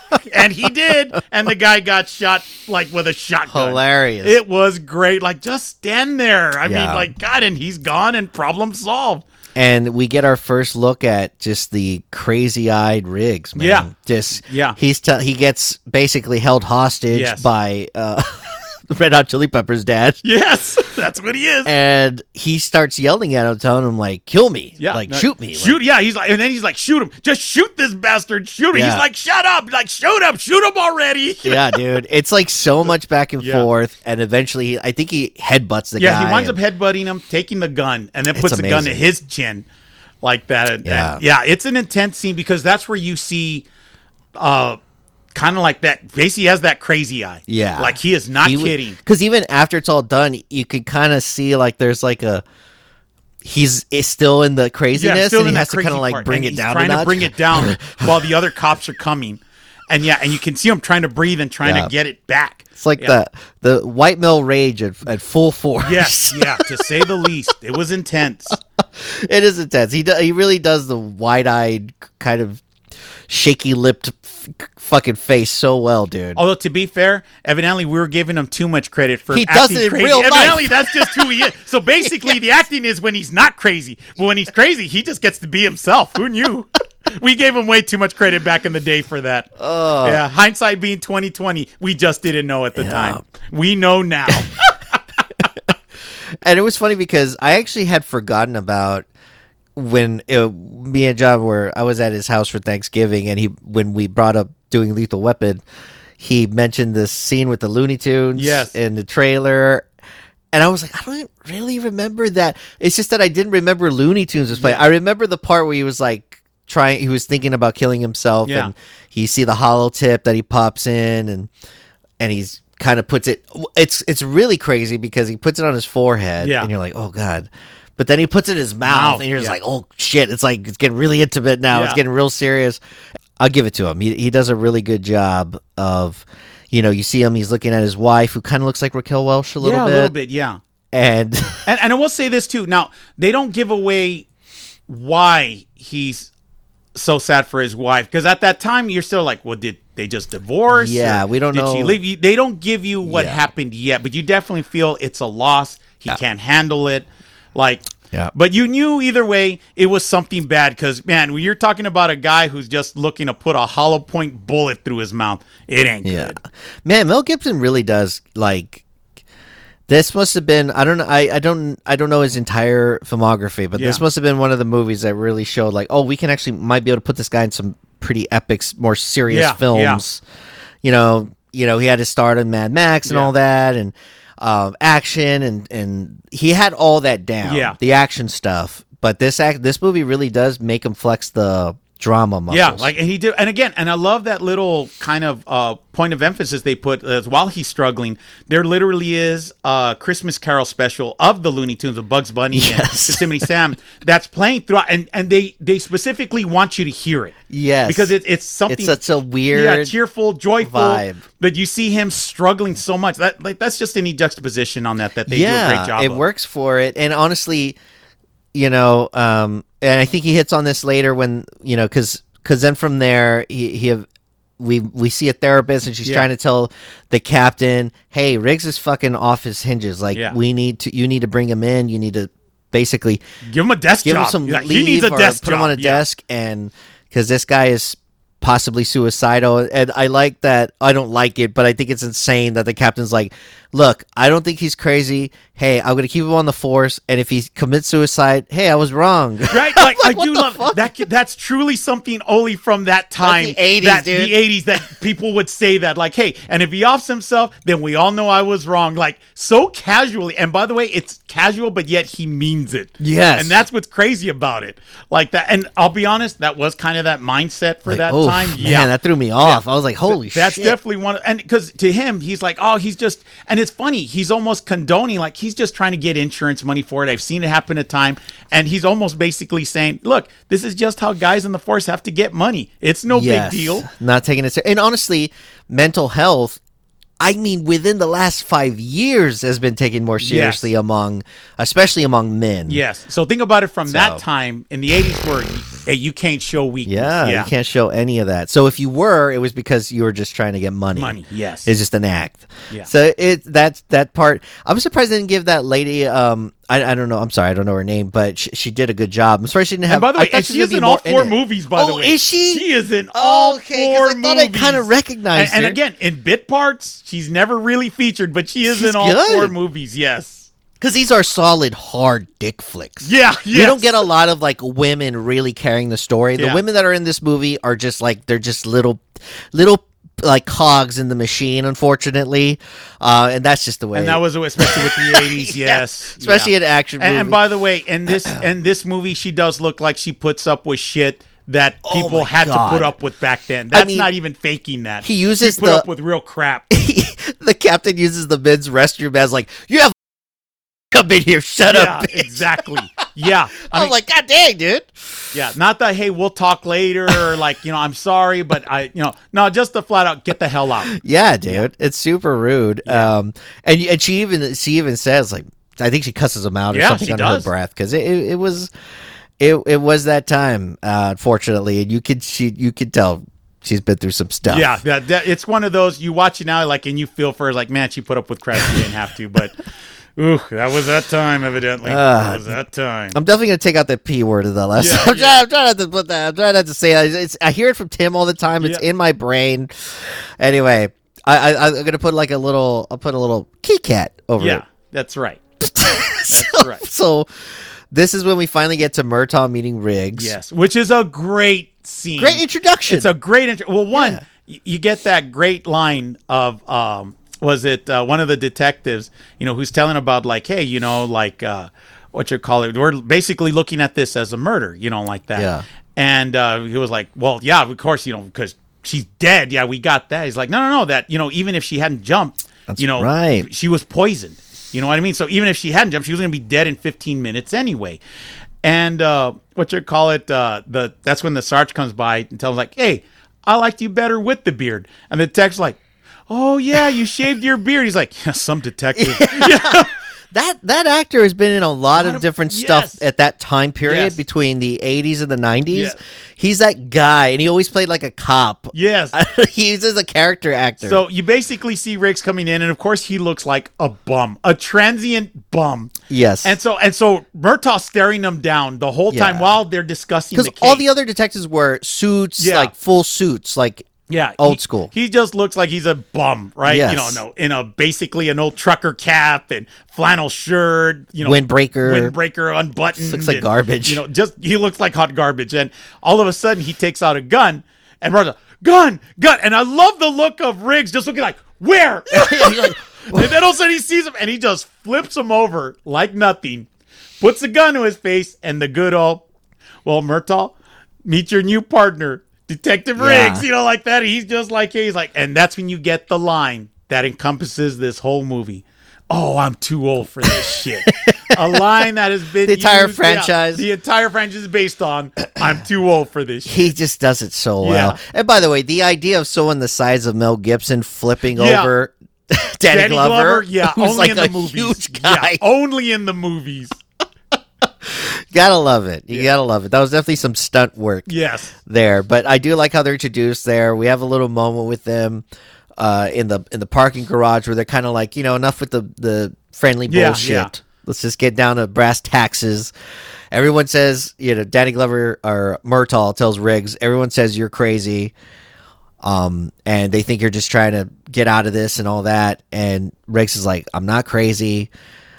and he did. And the guy got shot like with a shotgun. hilarious. It was great. Like, just stand there. I Yeah. mean, like, God, and he's gone and problem solved. and we get our first look at just the crazy-eyed rigs man Yeah. just Yeah. he's tell he gets basically held hostage Yes. by uh red hot chili peppers dad Yes, that's what he is. and he starts yelling at him telling him like kill me yeah, like no, shoot me Like, Shoot, yeah. He's like, and then he's like, shoot him. Just shoot this bastard. Shoot him. Yeah. He's like, shut up. Like, shoot him. Shoot him already. yeah dude it's like so much back and Yeah. forth and eventually he- i think he headbutts the guy Yeah, he winds up and- headbutting him, taking the gun, and then It's puts the gun to amazing. his chin, like that. And- and- Yeah. yeah, it's an intense scene because that's where you see, uh, kind of like that. Basically, has that crazy eye. Yeah. like he is not kidding. because even after it's all done you can kind of see like there's like a he's is still in the craziness still and in he that has to kind of crazy like part. bring And it he's down a Trying to notch. bring it down while the other cops are coming, and yeah, and you can see him trying to breathe and trying Yeah. to get it back. It's like Yeah. the the white male rage at, at full force. Yes, yeah, to say the least, it was intense. it is intense. He do, he really does the wide eyed kind of shaky lipped f- fucking face so well, dude. Although to be fair, evidently we were giving him too much credit for He does acting it in crazy. real life. evidently that's just who he is. So basically, the acting is when he's not crazy, but when he's crazy, he just gets to be himself. Who knew? we gave him way too much credit back in the day for that. Oh, yeah, hindsight being twenty twenty, we just didn't know at the time. We know now. And it was funny because I actually had forgotten about when uh me and John were I was at his house for Thanksgiving and he when we brought up doing Lethal Weapon, he mentioned this scene with the Looney Tunes Yes. in the trailer. And I was like, I don't really remember that. It's just that I didn't remember Looney Tunes was playing. I remember the part where he was like trying he was thinking about killing himself Yeah. and he see the hollow tip that he pops in and and he's kind of puts it it's it's really crazy because he puts it on his forehead Yeah. and you're like oh god but then he puts it in his mouth Mouth, and you're just yeah. like oh shit it's like it's getting really intimate now it's Yeah. getting real serious i'll give it to him he, he does a really good job of you know you see him he's looking at his wife who kind of looks like raquel welsh a little yeah, bit a little bit, yeah. and And, and I will say this too. Now they don't give away why he's so sad for his wife because at that time you're still like, well, did they just divorce? Yeah, Or we don't did know. She leave? You- They don't give you what Yeah. happened yet, but you definitely feel it's a loss. He can't handle it. Like, Yeah. But you knew either way it was something bad because man, when you're talking about a guy who's just looking to put a hollow point bullet through his mouth, it ain't Yeah. good. Man, Mel Gibson really does like this must have been I don't know I, I don't I don't know his entire filmography, but this Yeah. must have been one of the movies that really showed like, oh, we can actually might be able to put this guy in some pretty epic, s- more serious Yeah, yeah. films. You know, you know, he had his start in Mad Max and Yeah. all that and um, action and and he had all that down. Yeah. The action stuff. But this act this movie really does make him flex the drama muscles. Yeah, like and he did, and again, and I love that little kind of uh, point of emphasis they put as while he's struggling. There literally is a Christmas Carol special of the Looney Tunes of Bugs Bunny and Yes. Yosemite Sam that's playing throughout, and and they they specifically want you to hear it. Yes. because it, it's something it's such a weird yeah cheerful, joyful vibe. But you see him struggling so much that like that's just any juxtaposition on that that they do a great job. It of. works for it, and honestly, you know, um, and I think he hits on this later when you know, because then from there he he have, we we see a therapist and she's Yeah. trying to tell the captain, hey, Riggs is fucking off his hinges. Like Yeah. we need to, you need to bring him in. You need to basically Give him a desk give job. him some Like, leave he needs a or desk put him on a job. Yeah. desk and because this guy is possibly suicidal and i like that i don't like it but i think it's insane that the captain's like look i don't think he's crazy hey i'm gonna keep him on the force and if he commits suicide hey i was wrong Right, like, Like, I what do the love fuck? that. That's truly something only from that time, the 80s, that, dude. the '80s, that people would say that. Like, hey, and if he offs himself, then we all know I was wrong. Like, so casually. And by the way, it's casual, but yet he means it. Yes. and that's what's crazy about it. Like that. And I'll be honest, that was kind of that mindset for Like, that oh time. man yeah, that threw me off i was like holy that's shit definitely one. Of, and because to him, he's like, oh, he's just, and it's funny. He's almost condoning, like he's just trying to get insurance money for it. I've seen it happen a time, and he's almost basically saying, look, this is just how guys in the force have to get money. It's no Yes. big deal. not taking it ser- and honestly mental health I mean, within the last five years, has been taken more seriously among, especially among men. Yes. So think about it from So- that time in the '80s, where hey, you can't show weakness. Yeah, you can't show any of that. So if you were, it was because you were just trying to get money. Money, yes. it's just an act. Yeah. So it that that part. I'm surprised they didn't give that lady. Um, I, I don't know. I'm sorry, I don't know her name, but she, she did a good job. I'm sorry she didn't have. And by the I way, thought and she she was is gonna in be all more four it. movies. By the Oh, way, is she? Oh, She is in all okay, 'cause four I thought movies. I kind of and, recognized and her. again, in bit parts, she's never really featured, but she is She's in all good. four movies. Yes. because these are solid, hard dick flicks. Yeah. Yes. You don't get a lot of like women really carrying the story. The Yeah. women that are in this movie are just like they're just little, little like cogs in the machine, unfortunately, uh, and that's just the way. And that was especially with the eighties. Yes. especially Yeah. in action And, movies. and by the way, in this in this movie, she does look like she puts up with shit that people Oh my had God. to put up with back then. That's mean, not even faking that. he uses she put the- up with real crap. the captain uses the men's restroom as like you have come in here. Shut yeah, up. bitch." exactly. Yeah. I I'm mean, like, God dang, dude. yeah. Not that hey, we'll talk later or like, you know, I'm sorry, but I you know, no, just the flat out get the hell out. Yeah, dude, it's super rude. Um, and and she even she even says like I think she cusses him out or Yeah, something she under does. her breath because it, it, it was it it was that time uh, unfortunately, and you could she you could tell she's been through some stuff. Yeah, that, that- it's one of those you watch it now, like, and you feel for her, like, man, she put up with crap she didn't have to, but ooh, that was that time, evidently. that was that time. Ah. I'm definitely gonna take out the p word of that last. Yeah, I'm, trying, I'm trying not to put that. I'm trying not to say that. It's, it's- I hear it from Tim all the time. It's Yeah. in my brain. Anyway, I, I I'm gonna put like a little. I'll put a little key cat over it. yeah, that's right. so, right. so this is when we finally get to Murtaugh meeting Riggs. Yes, which is a great scene. Great introduction. It's a great intro. Well, one, y- you get that great line of um, was it uh, one of the detectives, you know, who's telling about like, hey, you know, like uh, what you call it. We're basically looking at this as a murder, you know, like that. Yeah. And uh, he was like, "Well, yeah, of course, you know, because she's dead. Yeah, we got that." He's like, "No, no, no. That you know, even if she hadn't jumped, you know, right. she was poisoned. You know what I mean? So even if she hadn't jumped, she was going to be dead in 15 minutes anyway." And uh, what you call it? Uh, the that's when the sarge comes by and tells him like, "Hey, I liked you better with the beard." And the tech's like, "Oh yeah, you shaved your beard." He's like, yeah, "Some detective." That that actor has been in a lot, of, different yes. stuff at that time period Yes. between the 80s and the 90s. Yeah. He's that guy, and he always played like a cop. yes. He's as a character actor. So you basically see Riggs coming in, and of course he looks like a bum, a transient bum. yes, And so and so Murtaugh staring them down the whole time Yeah. while they're discussing because the all case. the other detectives wear suits, Yeah. like full suits, like yeah old he- school. He just looks like he's a bum, right? You know, Yes. no, in a basically an old trucker cap and flannel shirt, you know, windbreaker. windbreaker unbuttoned. Looks like and, garbage. You know, just he looks like hot garbage. And all of a sudden he takes out a gun and runs out, gun, gun. And I love the look of Riggs just looking like, where? and then all of a sudden he sees him and he just flips him over like nothing, puts a gun to his face, and the good old, well, Murtaugh, meet your new partner, Detective Yeah. Riggs, you know, like that. He's just like, he's like, and that's when you get the line that encompasses this whole movie. Oh, I'm too old for this shit. A line that has been the entire franchise. the entire franchise is based on. I'm too old for this. shit. he just does it so Yeah. well. And by the way, the idea of someone the size of Mel Gibson flipping Yeah. over Danny, Glover, yeah, who's only like in a the movies. huge Yeah, oh. guy. only in the movies. gotta love it. You gotta love it. That was definitely some stunt work. Yes. there. But I do like how they're introduced there. We have a little moment with them uh, in the in the parking garage where they're kind of like, you know, enough with the the friendly Yeah, bullshit. yeah. Let's just get down to brass taxes. Everyone says, you know, Danny Glover or Murtaugh tells Riggs, everyone says you're crazy. Um, and they think you're just trying to get out of this and all that. And Riggs is like, I'm not crazy.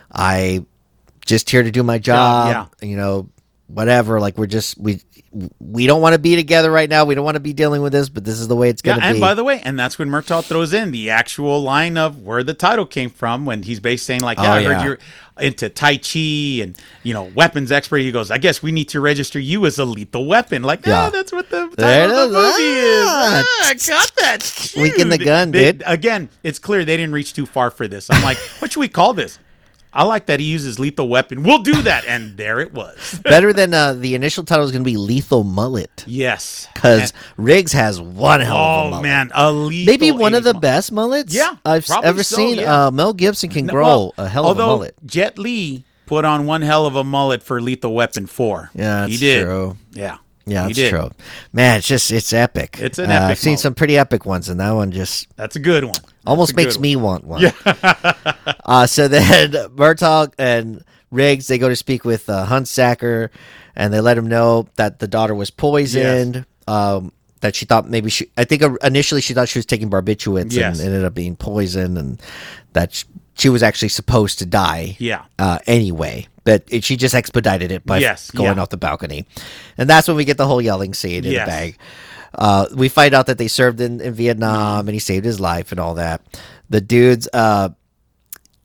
I just here to do my job Yeah, you know whatever like we're just we we don't want to be together right now we don't want to be dealing with this but this is the way it's Yeah, going to and be by the way, and that's when Murtaugh throws in the actual line of where the title came from when he's basically saying like, "Yeah, Oh, I heard yeah. you're into Tai Chi and you know weapons expert." He goes, "I guess we need to register you as a lethal weapon." Like, yeah, Yeah. that's what the There title of it the is. movie is. Ah. Ah, I got that. Squeaking the Shoot. gun, They- dude. Again, it's clear they didn't reach too far for this. I'm like, what should we call this? I like that he uses lethal weapon. We'll do that, and there it was. better than uh, the initial title is going to be lethal mullet Yes, because riggs has one hell of a oh mullet man, a lethal maybe one of the 80s best mullets Yeah, i've s- probably ever so, seen yeah. uh, mel gibson can No, grow well, a hell of a although mullet Jet Li put on one hell of a mullet for Lethal Weapon Four. Yeah, he that's did. true. Yeah, yeah, he that's did. true. Man, it's just it's epic. It's an Uh, epic I've seen mullet. some pretty epic ones, and that one just That's a good one. Almost That's a makes good me want one. uh, so then Murtaugh and Riggs, they go to speak with uh, Hunsacker, and they let him know that the daughter was poisoned. Um, that she thought maybe she, I think uh, initially she thought she was taking barbiturates Yes. and ended up being poisoned, and that sh- she was actually supposed to die Yeah. uh, anyway. But it, she just expedited it by Yes, going yeah. off the balcony. And that's when we get the whole yelling scene in Yes. the bag. Uh, we find out that they served in, in Vietnam and he saved his life and all that. The dudes, uh,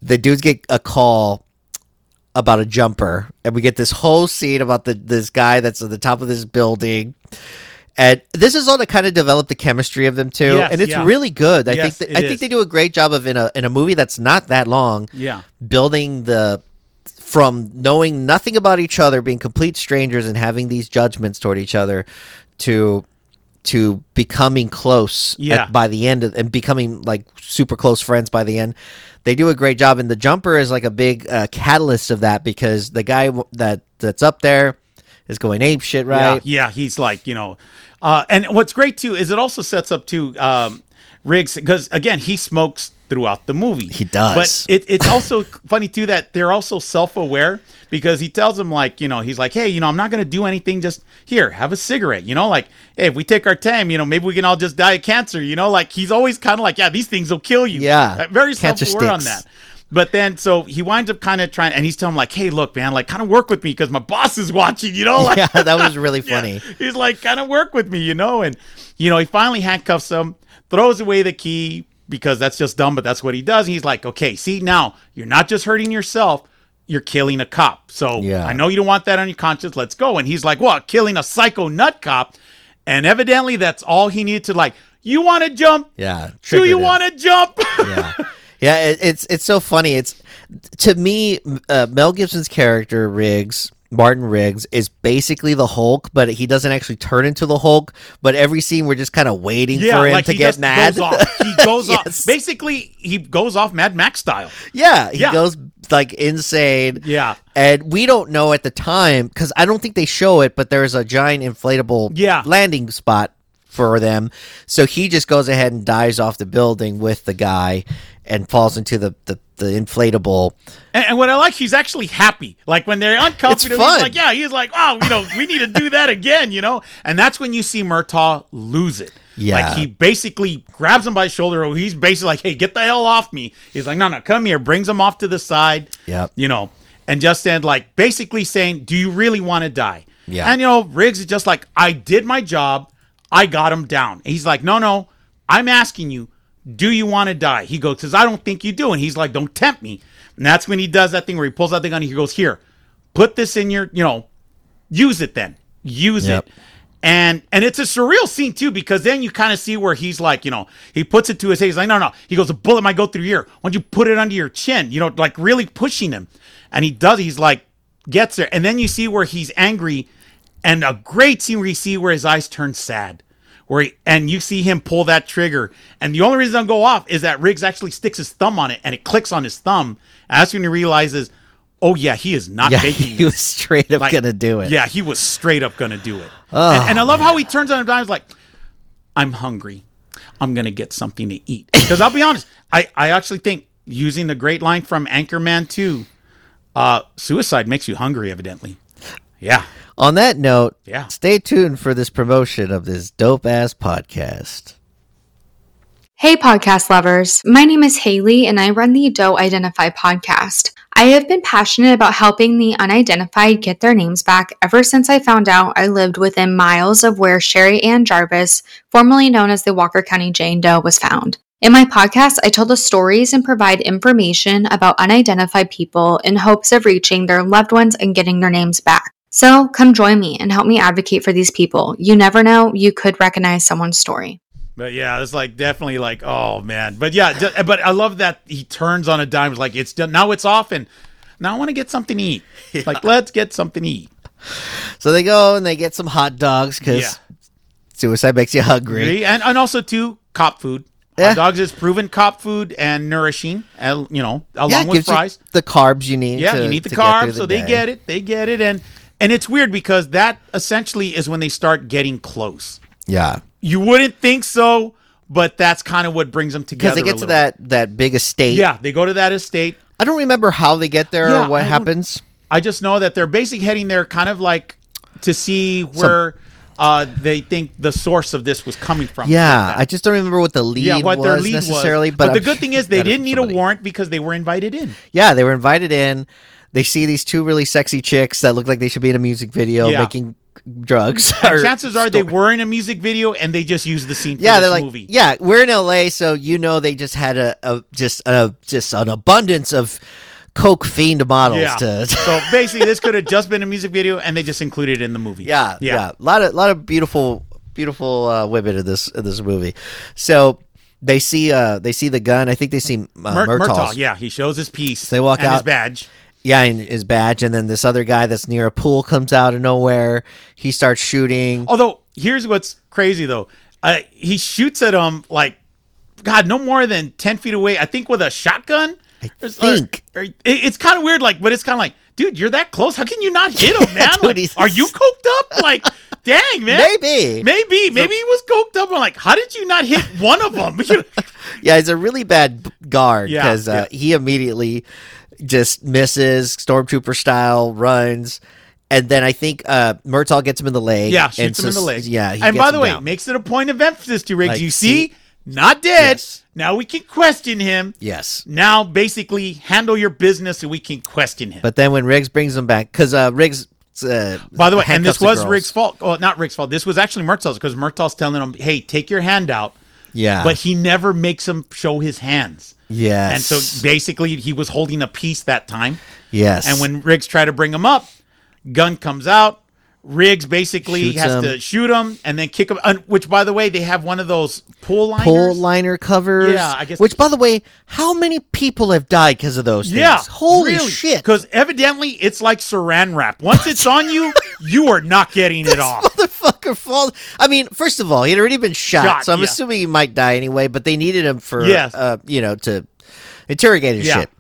the dudes get a call about a jumper, and we get this whole scene about the this guy that's at the top of this building. And this is all to kind of develop the chemistry of them too, Yes, and it's yeah. really good. I Yes, think it that, I is. think they do a great job of in a in a movie that's not that long Yeah. building the from knowing nothing about each other, being complete strangers, and having these judgments toward each other, to to becoming close at- Yeah. by the end of, and becoming like super close friends by the end. They do a great job, and the jumper is like a big uh, catalyst of that because the guy w- that that's up there is going ape shit, Yeah, right? yeah, he's like, you know, uh, and what's great too is it also sets up to um, Riggs because again he smokes throughout the movie. He does. but it, it's also funny too that they're also self-aware because he tells him like, you know, he's like, hey, you know, I'm not gonna do anything. Just here, have a cigarette. You know, like, hey, if we take our time, you know, maybe we can all just die of cancer. You know, like he's always kind of like, yeah, these things will kill you. Yeah. Uh, very Cancer self-aware on sticks. that. But then, so he winds up kind of trying, and he's telling him like, "Hey, look, man, like, kind of work with me because my boss is watching, you know." Like, Yeah, that was really funny. He's like, kind of work with me, you know? And, you know, he finally handcuffs him, throws away the key because that's just dumb, but that's what he does. And he's like, okay, see, now you're not just hurting yourself. you're killing a cop. So Yeah. I know you don't want that on your conscience. Let's go. And he's like, what? Killing a psycho nut cop? And evidently, that's all he needed to like. You want to jump? Yeah. Do triggered you him. want to jump? yeah yeah it, it's it's so funny it's to me m- uh, mel gibson's character riggs martin riggs is basically the hulk but he doesn't actually turn into the hulk but every scene we're just kind of waiting yeah, for him like to he get just mad goes off. He goes Yes. off. Basically, he goes off Mad Max style. yeah he Yeah. goes like insane Yeah. and we don't know at the time because i don't think they show it but there's a giant inflatable Yeah. landing spot for them so he just goes ahead and dives off the building with the guy and falls into the the, the inflatable And, and what I like, he's actually happy. Like when they're uncomfortable, fun. he's like, yeah, he's like, oh, you know, we need to do that again, you know? And that's when you see Murtaugh lose it. Yeah. Like he basically grabs him by the shoulder. or He's basically like, hey, get the hell off me. He's like, no, no, come here. Brings him off to the side. Yep. You know, and just then, like, basically saying, do you really want to die? Yeah. And, you know, Riggs is just like, I did my job. I got him down. And he's like, no, no, I'm asking you, do you want to die? He goes, because I don't think you do. And he's like, don't tempt me. And that's when he does that thing where he pulls out the gun and he goes, here, put this in your, you know, use it then use Yep. it and and it's a surreal scene too because then you kind of see where he's like you know he puts it to his head he's like no no he goes a bullet might go through your ear why don't you put it under your chin you know like really pushing him and he does he's like gets there and then you see where he's angry and a great scene where you see where his eyes turn sad where he, and you see him pull that trigger and the only reason it don't go off is that riggs actually sticks his thumb on it and it clicks on his thumb and that's when he realizes oh yeah he is not Yeah, faking he this. was straight up Like, gonna do it. Oh, Yeah, he was straight up gonna do it. and, and I love how he turns on him and he's like, I'm hungry. I'm gonna get something to eat. Because I'll be honest, I, I actually think using the great line from Anchorman 2, uh, suicide makes you hungry, evidently. Yeah. On that note, Yeah. stay tuned for this promotion of this dope ass podcast. Hey, podcast lovers. My name is Haley, and I run the Doe Identify podcast. I have been passionate about helping the unidentified get their names back ever since I found out I lived within miles of where Sherry Ann Jarvis, formerly known as the Walker County Jane Doe, was found. In my podcast, I tell the stories and provide information about unidentified people in hopes of reaching their loved ones and getting their names back. So come join me and help me advocate for these people. You never know, you could recognize someone's story. But yeah, it's like definitely like, oh man. But yeah, ju- but I love that he turns on a dime. It's like, it's done. Now it's off, and now I wanna get something to eat. Like, let's get something to eat. So they go and they get some hot dogs because Yeah. suicide makes you hungry. Agree. And and also too, cop food. Yeah. Hot dogs is proven cop food and nourishing, and you know, along Yeah, it with gives you fries. the carbs you need. yeah, to- you need the to get through carbs, the so they day. get it. They get it, and and it's weird because that essentially is when they start getting close. Yeah, You wouldn't think so, but that's kind of what brings them because together. they a get to little. that that big estate. Yeah, they go to that estate. I don't remember how they get there Yeah, or what I don't- happens. I just know that they're basically heading there, kind of like to see where uh, they think the source of this was coming from. Yeah, I just don't remember what the lead yeah, what was their lead necessarily. was. But, the I'm good sure thing is I they got it didn't from need somebody. a warrant because they were invited in. Yeah, they were invited in. They see these two really sexy chicks that look like they should be in a music video Yeah. making drugs. And or chances are they were in a music video and they just used the scene for yeah, this they're like, movie. yeah, we're in LA, so you know they just had a, a just a just an abundance of coke fiend models Yeah. to. so basically, this could have just been a music video and they just included it in the movie. Yeah, yeah, A lot of lot of beautiful beautiful uh, women in this in this movie. So they see uh they see the gun. I think they see uh, Mur- Murtaugh's. Murtaugh, yeah, he shows his piece. They walk and his out. badge. yeah, and his badge, and then this other guy that's near a pool comes out of nowhere. He starts shooting. Although here's what's crazy though, uh, he shoots at him like, God, no more than ten feet away. I think with a shotgun. uh, I think. it's kind of weird, like, but it's kind of like, dude, you're that close. How can you not hit him, man? what Like, he says. are you coked up? Like, dang, man. Maybe. Maybe, maybe he was coked up. I'm like, how did you not hit one of them? Yeah, he's a really bad b- guard Yeah, because uh, he immediately just misses stormtrooper style runs, and then I think uh, Murtaugh gets him in the leg. yeah, and shoots him in the so- leg. Yeah, he and gets by the him way, down. makes it a point of emphasis to Riggs. Like, you see- see, not dead. Yes. Now we can question him. yes. Now, basically, handle your business, so we can question him. But then when Riggs brings him back, because uh, Riggs, uh, By the way, and handcuffs this was Oh, girls. Rick's fault. Well, not Rick's fault. This was actually Murtaugh's because Murtaugh's telling him, "Hey, take your hand out." Yeah. But he never makes him show his hands. Ah. Yes. And so basically, he was holding a piece that time. Yes. And when Riggs tried to bring him up, gun comes out. Riggs basically Shoots has him. to shoot him and then kick him. and- Which, by the way, they have one of those pull liners. Pole liner covers. Yeah, I guess- Which, by the way, how many people have died because of those things? yeah, Holy shit! Because evidently, it's like Saran wrap. Once it's on you, you are not getting it off. Motherfucker, fall. I mean, first of all, he had already been shot, Shot, so I'm yeah. assuming he might die anyway. But they needed him for, Yes. uh, you know, to interrogate his Yeah. shit.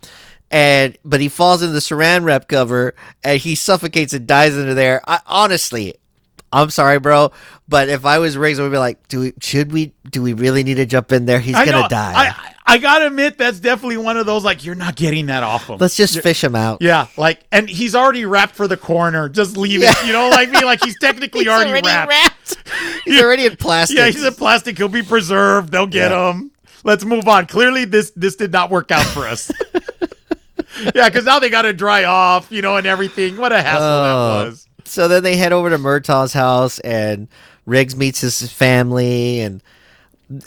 And but he falls into the Saran wrap cover, and he suffocates and dies into there. I, honestly, I'm sorry, bro, but if I was Riggs, I would be like, do we? Should we? Do we really need to jump in there? He's I gonna know, die. I, I gotta admit, that's definitely one of those like you're not getting that off him. Let's just fish him out. yeah, like, and he's already wrapped for the corner. Just leave it. You know, like me, like he's technically already, wrapped. He's already in plastic. Yeah, he's in plastic. He'll be preserved. They'll get him. Let's move on. Clearly, this this did not work out for us. yeah, because now they got to dry off, you know, and everything. What a hassle Oh. that was. so then they head over to Murtaugh's house, and Riggs meets his family, and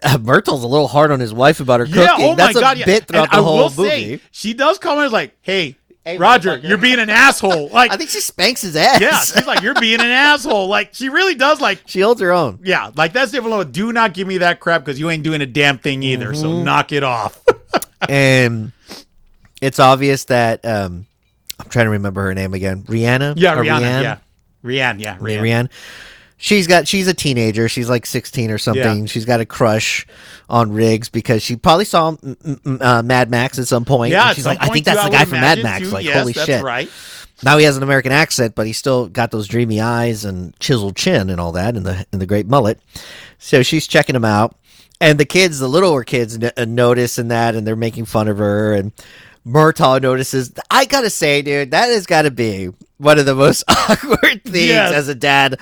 uh, Murtaugh's a little hard on his wife about her Yeah. cooking. Oh That's my a god. yeah. bit throughout And the I whole will movie. say, she does come and is like, "Hey, Hey, Roger, motherfucker." you're being an asshole." Like, I think she spanks his ass. yeah, she's like, "You're being an asshole." Like, she really does. Like, she holds her own. yeah, like that's different. level. Do not give me that crap because you ain't doing a damn thing either. Mm-hmm. So knock it off. and it's obvious that um, I'm trying to remember her name again. Rihanna. yeah, Or Rihanna. Rianne? Yeah, Rihanna. Yeah, Rihanna. Rianne. She's got she's a teenager. She's like 16 or something. Yeah. She's got a crush on Riggs because she probably saw mm, mm, mm, uh, Mad Max at some point. Yeah, and at she's some like, I point, think too, that's the would guy from Mad imagine, Max. too. Like, Yes, holy that's shit! Right. Now he has an American accent, but he's still got those dreamy eyes and chiseled chin and all that, and the and the great mullet. So she's checking him out, and the kids, the littler kids, n- uh, notice and that, and they're making fun of her. And Murtaugh notices. I gotta say, dude, that has got to be one of the most awkward things Yes. as a dad.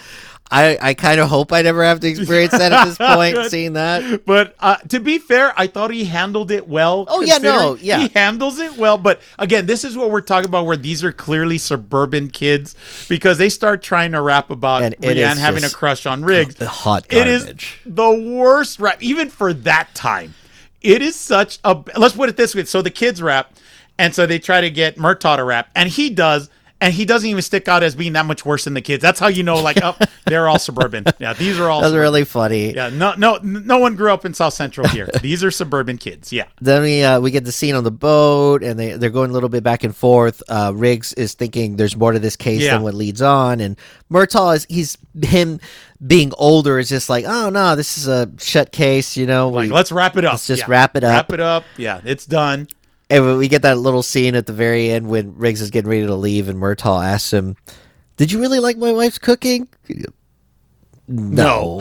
I, I kind of hope I never have to experience that at this point. Good. seeing that, But uh, to be fair, I thought he handled it well. Oh, yeah, no, considering yeah. he handles it well. But again, this is what we're talking about, where these are clearly suburban kids because they start trying to rap about And it Rihanna is having a just crush on Riggs. the hot It garbage. is the worst rap, even for that time. It is such a. Let's put it this way: so the kids rap, and so they try to get Murtaugh to rap, and he does. And he doesn't even stick out as being that much worse than the kids. That's how you know, like, oh, they're all suburban. Yeah, these are all. That was suburban. really funny. Yeah, no, no, no one grew up in South Central here. These are suburban kids. Yeah, Then we uh, we get the scene on the boat, and they they're going a little bit back and forth. Uh, Riggs is thinking there's more to this case Yeah. than what leads on, and Murtaugh is he's him being older is just like, oh no, this is a shut case, you know. like we, let's wrap it up. let's just Yeah. wrap it up. Wrap it up. Yeah, it's done. and we- we get that little scene at the very end when Riggs is getting ready to leave, and Murtaugh asks him, "Did you really like my wife's cooking?" No,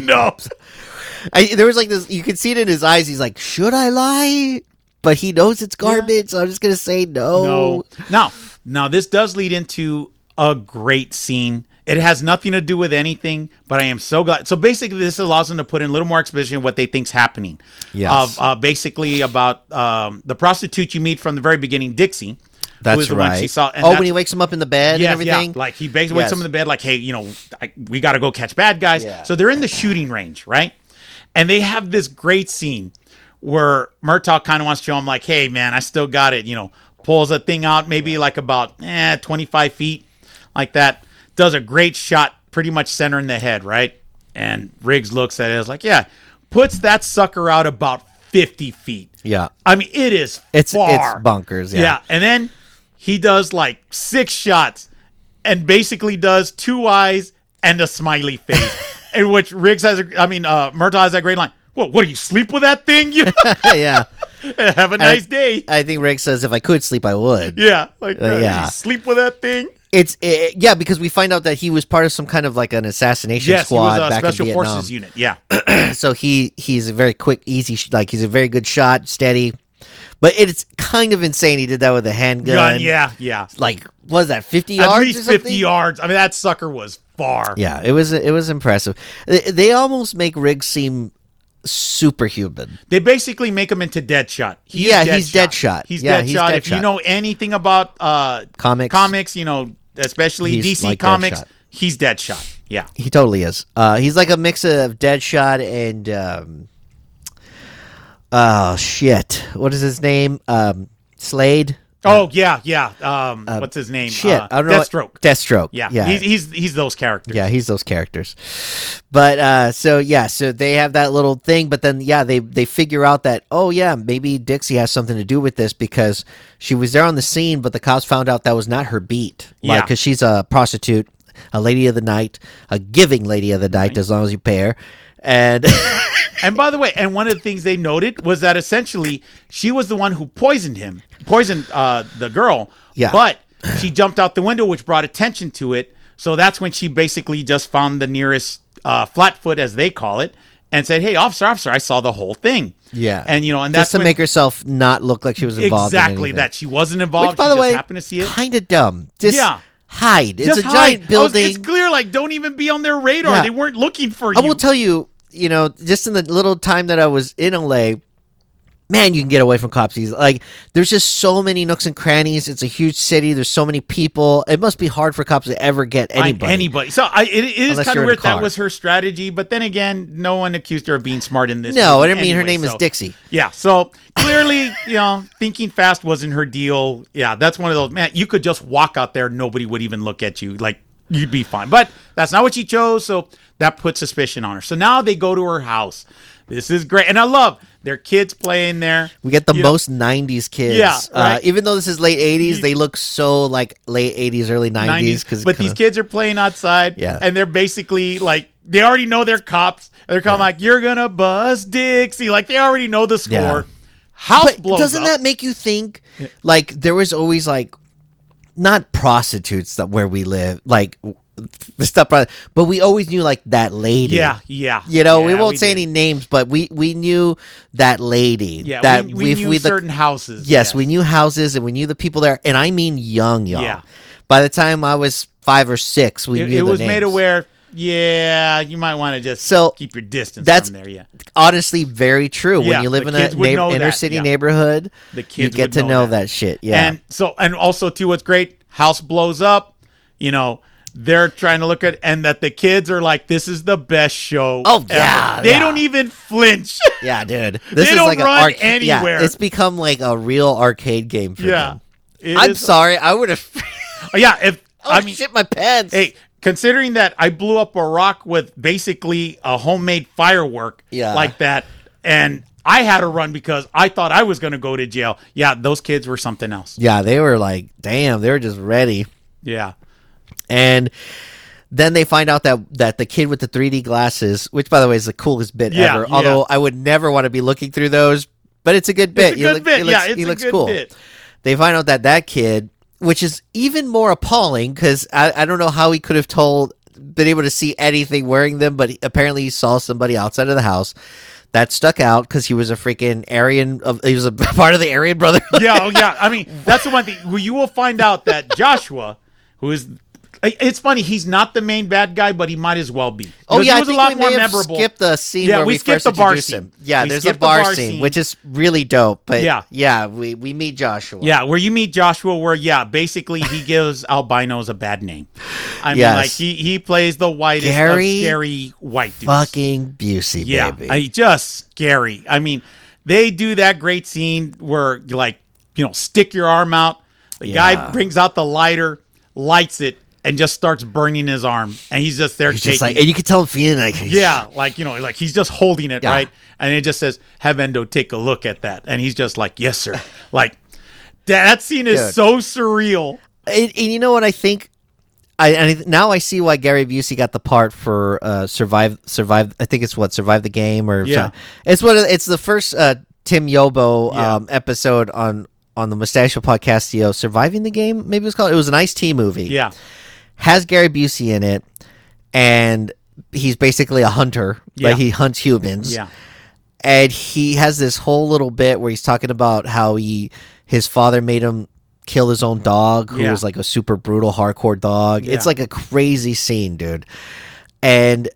no, I, there was like this. You could see it in his eyes. He's like, "Should I lie?" But he knows it's garbage, so I'm just gonna say no. Now, now this does lead into a great scene. It has nothing to do with anything, but I am so glad. So basically, this allows them to put in a little more exposition of what they think's happening. Yes. Of uh, basically about um, the prostitute you meet from the very beginning, Dixie. who That's is the right. One she saw, and oh, that's- when he wakes him up in the bed and everything. Like he begs wakes Yes. him in the bed, like, hey, you know, I, we got to go catch bad guys. Yeah. So they're in the shooting range, right? And they have this great scene where Murtaugh kind of wants to show him, like, hey, man, I still got it. You know, pulls a thing out, maybe like about eh, 25 feet, like that. Does a great shot, pretty much center in the head, right? And Riggs looks at it, is like, yeah, puts that sucker out about 50 feet. yeah, I mean, it is it's far. it's bonkers. Yeah. Yeah. and then he does like six shots and basically does two eyes and a smiley face. in which Riggs has, a, I mean, uh, Murtaugh has that great line. Well, what do you sleep with that thing? You yeah, have a nice day. I think Rick says if I could sleep, I would. yeah, like uh, yeah. you sleep with that thing. It's it, yeah because we find out that he was part of some kind of like an assassination Yes, he squad was a back special in Vietnam. forces unit. Yeah, so he he's a very quick, easy sh- like he's a very good shot, steady. But it's kind of insane he did that with a handgun. gun. Yeah, yeah. like what is that fifty At yards? or least fifty something? yards. I mean, that sucker was far. Yeah, it was it was impressive. They, they almost make Riggs seem superhuman. They basically make him into Deadshot. He is Yeah, he's Deadshot. He's Yeah, Deadshot. he's If you Deadshot. know anything about uh, Comics. comics, you know, especially He's DC like comics, Deadshot. he's Deadshot. Yeah, He totally is. Uh, he's like a mix of Deadshot and um, Oh shit! What is his name? Um, Slade. Oh yeah, yeah. Um, what's his name? Shit, Uh, I don't know. what- Deathstroke. Deathstroke. yeah, yeah. He's, he's he's those characters. Yeah, he's those characters. But uh so yeah, so they have that little thing, but then yeah, they they figure out that oh yeah, maybe Dixie has something to do with this because she was there on the scene, but the cops found out that was not her beat. Like Yeah. cuz she's a prostitute, a lady of the night, a giving lady of the night as long as you pay her. And And by the way, and one of the things they noted was that essentially she was the one who poisoned him, poisoned uh, the girl. Yeah. But she jumped out the window, which brought attention to it. So that's when she basically just found the nearest uh, flatfoot, as they call it, and said, "Hey, officer, officer, I saw the whole thing." yeah. And you know, and that's just to when- make herself not look like she was involved in exactly anything. that she wasn't involved. Which by she the just way, happened to see it. kind of dumb. Just Yeah. hide. It's Just a hide. I giant was- building. it's clear, like don't even be on their radar. Yeah. They weren't looking for I you. will tell you, you know, just in the little time that I was in LA, man, you can get away from cops easy. Like, there's just so many nooks and crannies. It's a huge city. There's so many people. It must be hard for cops to ever get Find anybody. anybody. So I, it, it is Unless kind you're of in weird a that car. was her strategy, but then again, no one accused her of being smart in this. no, I movie didn't mean her anyway, name is so- Dixie. Yeah, so clearly, you know, thinking fast wasn't her deal. Yeah, that's one of those. Man, you could just walk out there, nobody would even look at you. Like you'd be fine. But that's not what she chose, so that put suspicion on her. So now they go to her house. This is great, and I love their kids playing there. We get the Yeah. most '90s kids. Yeah, uh, right. even though this is late '80s, they look so like late '80s, early '90s. Because but these kids are playing outside, Yeah. and they're basically like they already know they're cops. They're kind of like, "You're gonna bust Dixie," like they already know the score. Yeah. House But blows doesn't up. that make you think like there was always like not prostitutes that where we live like w- the stuff but but we always knew like that lady yeah, yeah. you know we Yeah, won't say did. any names but we we knew that lady Yeah, that we, we if knew we look- certain houses. yes we knew houses and we knew the people there and i mean young y'all Yeah. by the time i was five or six we It, knew it the was made names. aware. Yeah, you might want to just So, keep your distance that's- from there. Yeah, honestly very true Yeah, when you live the in a kids would neigh- know inner that, city yeah. neighborhood The you kids get would to know know that. that shit yeah And so, and also too, what's great? House blows up. You know, they're trying to look at, and that the kids are like, "This is the best show." Oh, ever." yeah, they yeah. don't even flinch. Yeah, dude. This don't like a run arca- anywhere. Yeah, it's become like a real arcade game for yeah, them. It I'm is- sorry. I would have. Yeah, if Oh, I mean, shit, my pants. hey, considering that I blew up a rock with basically a homemade firework, Yeah. like that, and I had to run because I thought I was going to go to jail. Yeah, those kids were something else. Yeah, they were like, damn, they were just ready. Yeah. And then they find out that that the kid with the 3D glasses, which by the way is the coolest bit Yeah, ever. yeah. Although I would never want to be looking through those, but it's a good bit. a He good look- bit. He Yeah, looks, he it's a looks good cool. bit. They find out that that kid, which is even more appalling, because I, I don't know how he could have told been able to see anything wearing them, but he- apparently he saw somebody outside of the house. That stuck out because he was a freaking Aryan. Of, he was a part of the Aryan Brotherhood. yeah, oh, yeah. I mean, that's the one thing. Well, you will find out that Joshua, who is, I- it's funny, he's not the main bad guy, but he might as well be. Oh Because yeah, he I was think a lot we more may have memorable. skipped the scene Yeah, where we we, skipped first the bar introduced scene. him. Yeah, We there's a skipped the bar, bar scene, scene. which is really dope. But yeah, Yeah. yeah, we, we meet Joshua. yeah, where you meet Joshua, where yeah, basically he gives albinos a bad name. I mean, Yes. like he he plays the whitest, Gary of scary white dudes. fucking Busey, yeah, baby. I just scary. I mean, they do that great scene where like you know stick your arm out. The Yeah. guy brings out the lighter, lights it, and just starts burning his arm, and he's just there He's shaking. just like, and you can tell him feeling like, Yeah, like you know, like he's just holding it, Yeah. right? And it just says, "Have Endo take a look at that," and he's just like, "Yes, sir." like that scene is Dude. so surreal. And, and you know what I think? I, and I th- now I see why Gary Busey got the part for uh, survive survive. I think it's what survive the game or Yeah. some- It's what it's the first uh, Tim Yobo Yeah. um, episode on on the Mustachio Podcastio, surviving the game. Maybe it was called. It was an Ice T movie. Yeah, has Gary Busey in it, and he's basically a hunter. Yeah. Like he hunts humans. yeah, And he has this whole little bit where he's talking about how he his father made him kill his own dog, who Yeah. was like a super brutal hardcore dog. It's Yeah. like a crazy scene, dude. And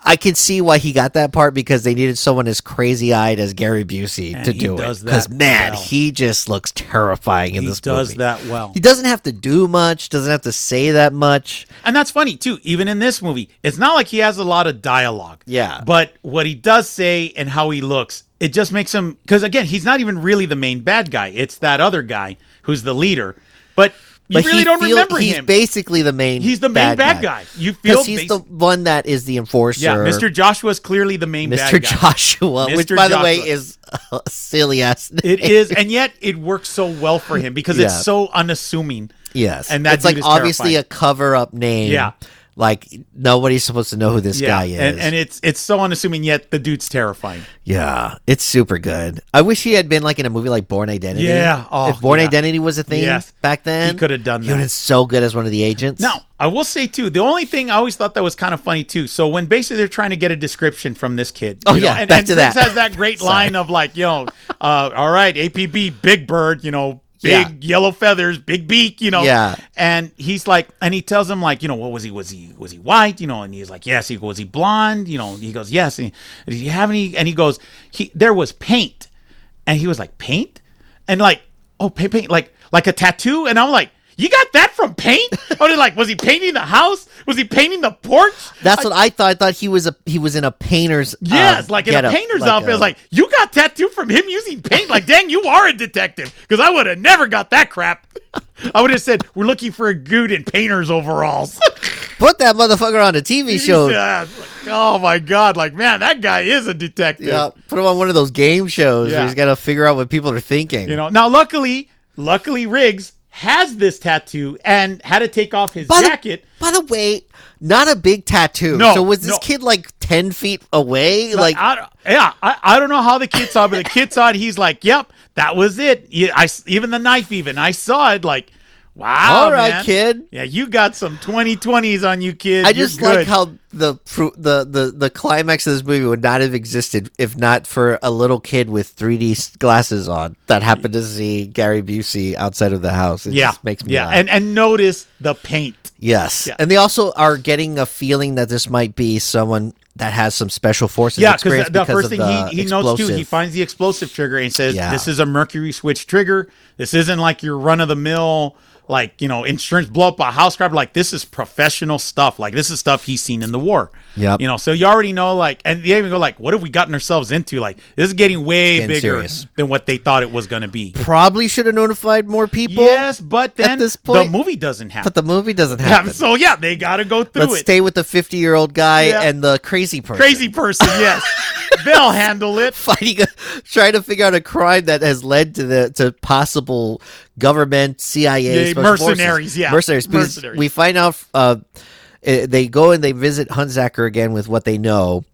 I can see why he got that part because they needed someone as crazy eyed as Gary Busey And to he do does it. Because that man, well. he just looks terrifying in he this does movie. that well. He doesn't have to do much, doesn't have to say that much. And that's funny too. Even in this movie, it's not like he has a lot of dialogue. Yeah. But what he does say and how he looks it just makes him because again, he's not even really the main bad guy. It's that other guy who's the leader, but you But really he don't feel- remember he's him. basically the main. he's the main bad, guy. You feel Because he's bas- the one that is the enforcer. yeah, Mr. Joshua's clearly the main bad Mr. guy. Joshua, Mr. which by the way Joshua. is a silly ass. Name. It is, and yet it works so well for him because Yeah. it's so unassuming. yes, and that it's like dude is obviously terrifying. a cover up name. Yeah. like nobody's supposed to know who this guy is. and, and it's it's so unassuming, yet the dude's terrifying. yeah, it's super good. I wish he had been like in a movie like Born Identity. Yeah, oh, if Born yeah. Identity was a thing Yes. back then, He could have done He would that. have so good as one of the agents. Now, I will say too, the only thing I always thought that was kind of funny too. So when basically they're trying to get a description from this kid, Oh, you know, yeah, and, back and to Prince that. has that great line of like, you know, uh, all right, APB, big bird, you know, Yeah. big yellow feathers, big beak, you know, Yeah. And he's like, and he tells him like, you know, what was he? Was he was he white? You know, and he's like, yes. He goes, was he blonde? You know, he goes, yes. And he, did you have any? And he goes, he there was paint, and he was like, paint, and like, oh, paint, paint, like like a tattoo, and I'm like. You got that from paint? Oh, they're like, was he painting the house? Was he painting the porch? That's what I thought. I thought he was a he was in a painter's um, Yes, like in a getup, painter's outfit. a- It's like you got tattoo from him using paint. Like, dang, you are a detective. Because I would have never got that crap. I would have said we're looking for a good in painter's overalls. put that motherfucker on a TV show. Yeah, it's like, oh my god! Like, man, that guy is a detective. Yeah, put him on one of those game shows Yeah. where he's got to figure out what people are thinking. You know. Now, luckily, luckily, Riggs has this tattoo and had to take off his By the- jacket. By the way, not a big tattoo. No, so was this no. kid like ten feet away? Like, I don't- yeah, I, I don't know how the kid saw, it, but the kid saw it. He's like, "Yep, that was it." Yeah, I s- even the knife, even I saw it. Like, wow, all right, ah, man. kid. Yeah, you got some 2020s on you, kid. I You're just like good. how the, pro- the the the climax of this movie would not have existed if not for a little kid with 3D s- glasses on that happened to see Gary Busey outside of the house. It yeah just makes me yeah, laugh. and and notice the paint. yes, yeah. and they also are getting a feeling that this might be someone that has some special forces. Yeah, experience because the, the first of thing the he, he notes too, he explosive. finds the explosive trigger and he says, Yeah. "This is a mercury switch trigger. This isn't like your run of the mill." Like you know, insurance blow up a house grab. Like this is professional stuff. Like this is stuff he's seen in the war. Yep. You know, so you already know. Like, and they even go like, "What have we gotten ourselves into?" Like this is getting way Getting bigger serious. than what they thought it was going to be. probably should have notified more people. Yes, but then this the point- movie doesn't happen. but the movie doesn't Yeah, happen. so yeah, they got to go through Let's it. stay with the fifty-year-old guy Yeah. and the crazy person. Crazy person, yes, they'll handle it. Fighting, a, trying to figure out a crime that has led to the to possible government, CIA, Yeah, special mercenaries, forces. yeah. mercenaries. because Mercenaries. We find out uh, eh, they go and they visit Hunzaker again with what they know,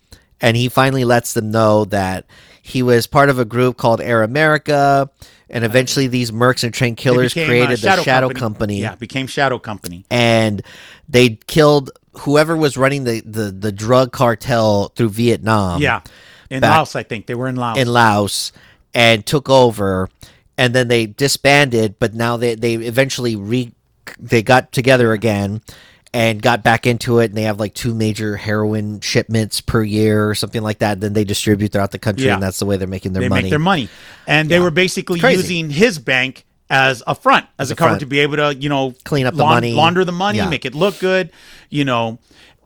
and he finally lets them know that he was part of a group called Air America, and eventually these mercs and train They killers became, uh, created the Shadow Company. Yeah, became Shadow Company. and they killed whoever was running the, the, the drug cartel through Vietnam yeah, in Um, back- Laos, I think they were in Laos. in Laos and took over and then they disbanded but now they, they eventually re they got together again and got back into it and they have like two major heroin shipments per year or something like that then they distribute throughout the country Yeah. and that's the way they're making their they money make their money, and they were basically Crazy. using his bank as a front, as, a cover front. to be able to you know Clean up the money. launder the money, Yeah. make it look good, you know,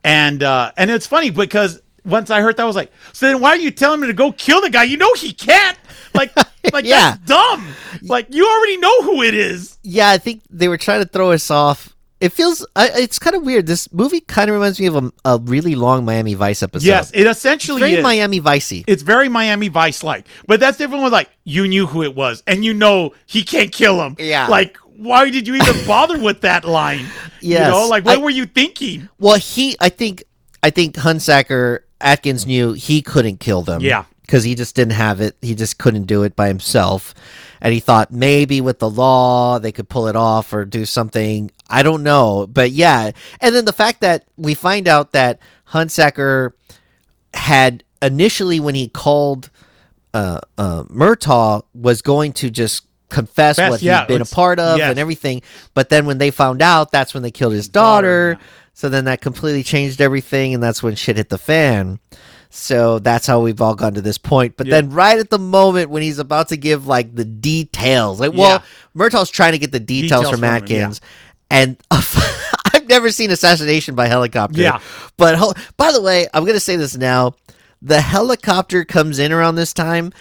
and uh, and it's funny because. Once I heard that, I was like, "So then, why are you telling me to go kill the guy? You know he can't. Like, like Yeah. that's dumb. Like, you already know who it is. yeah, I think they were trying to throw us off. It feels I, it's kind of weird. This movie kind of reminds me of a, a really long Miami Vice episode. yes, it essentially very is. Miami Vicey. it's very Miami Vice like. But that's different with like you knew who it was and you know he can't kill him. Yeah. Like why did you even bother with that line? Yes. You know, like what I- were you thinking? Well, he I think I think Hunsacker Atkins knew he couldn't kill them. Yeah. because he just didn't have it. He just couldn't do it by himself, and he thought maybe with the law they could pull it off or do something. I don't know, but yeah. And then the fact that we find out that Hunsacker had initially when he called uh, uh, Murtaugh was going to just confess Confess, what yeah, he'd been a it's- part of yes. and everything, but then when they found out, that's when they killed his daughter. So then that completely changed everything, and that's when shit hit the fan. So that's how we've all gotten to this point. But then, right at the moment when he's about to give like the details, like, well, Murtaugh's trying to get the details, Details from from him, Atkins, and I've never seen assassination by helicopter. Yeah. But ho- by the way, I'm gonna say this now. The helicopter comes in around this time.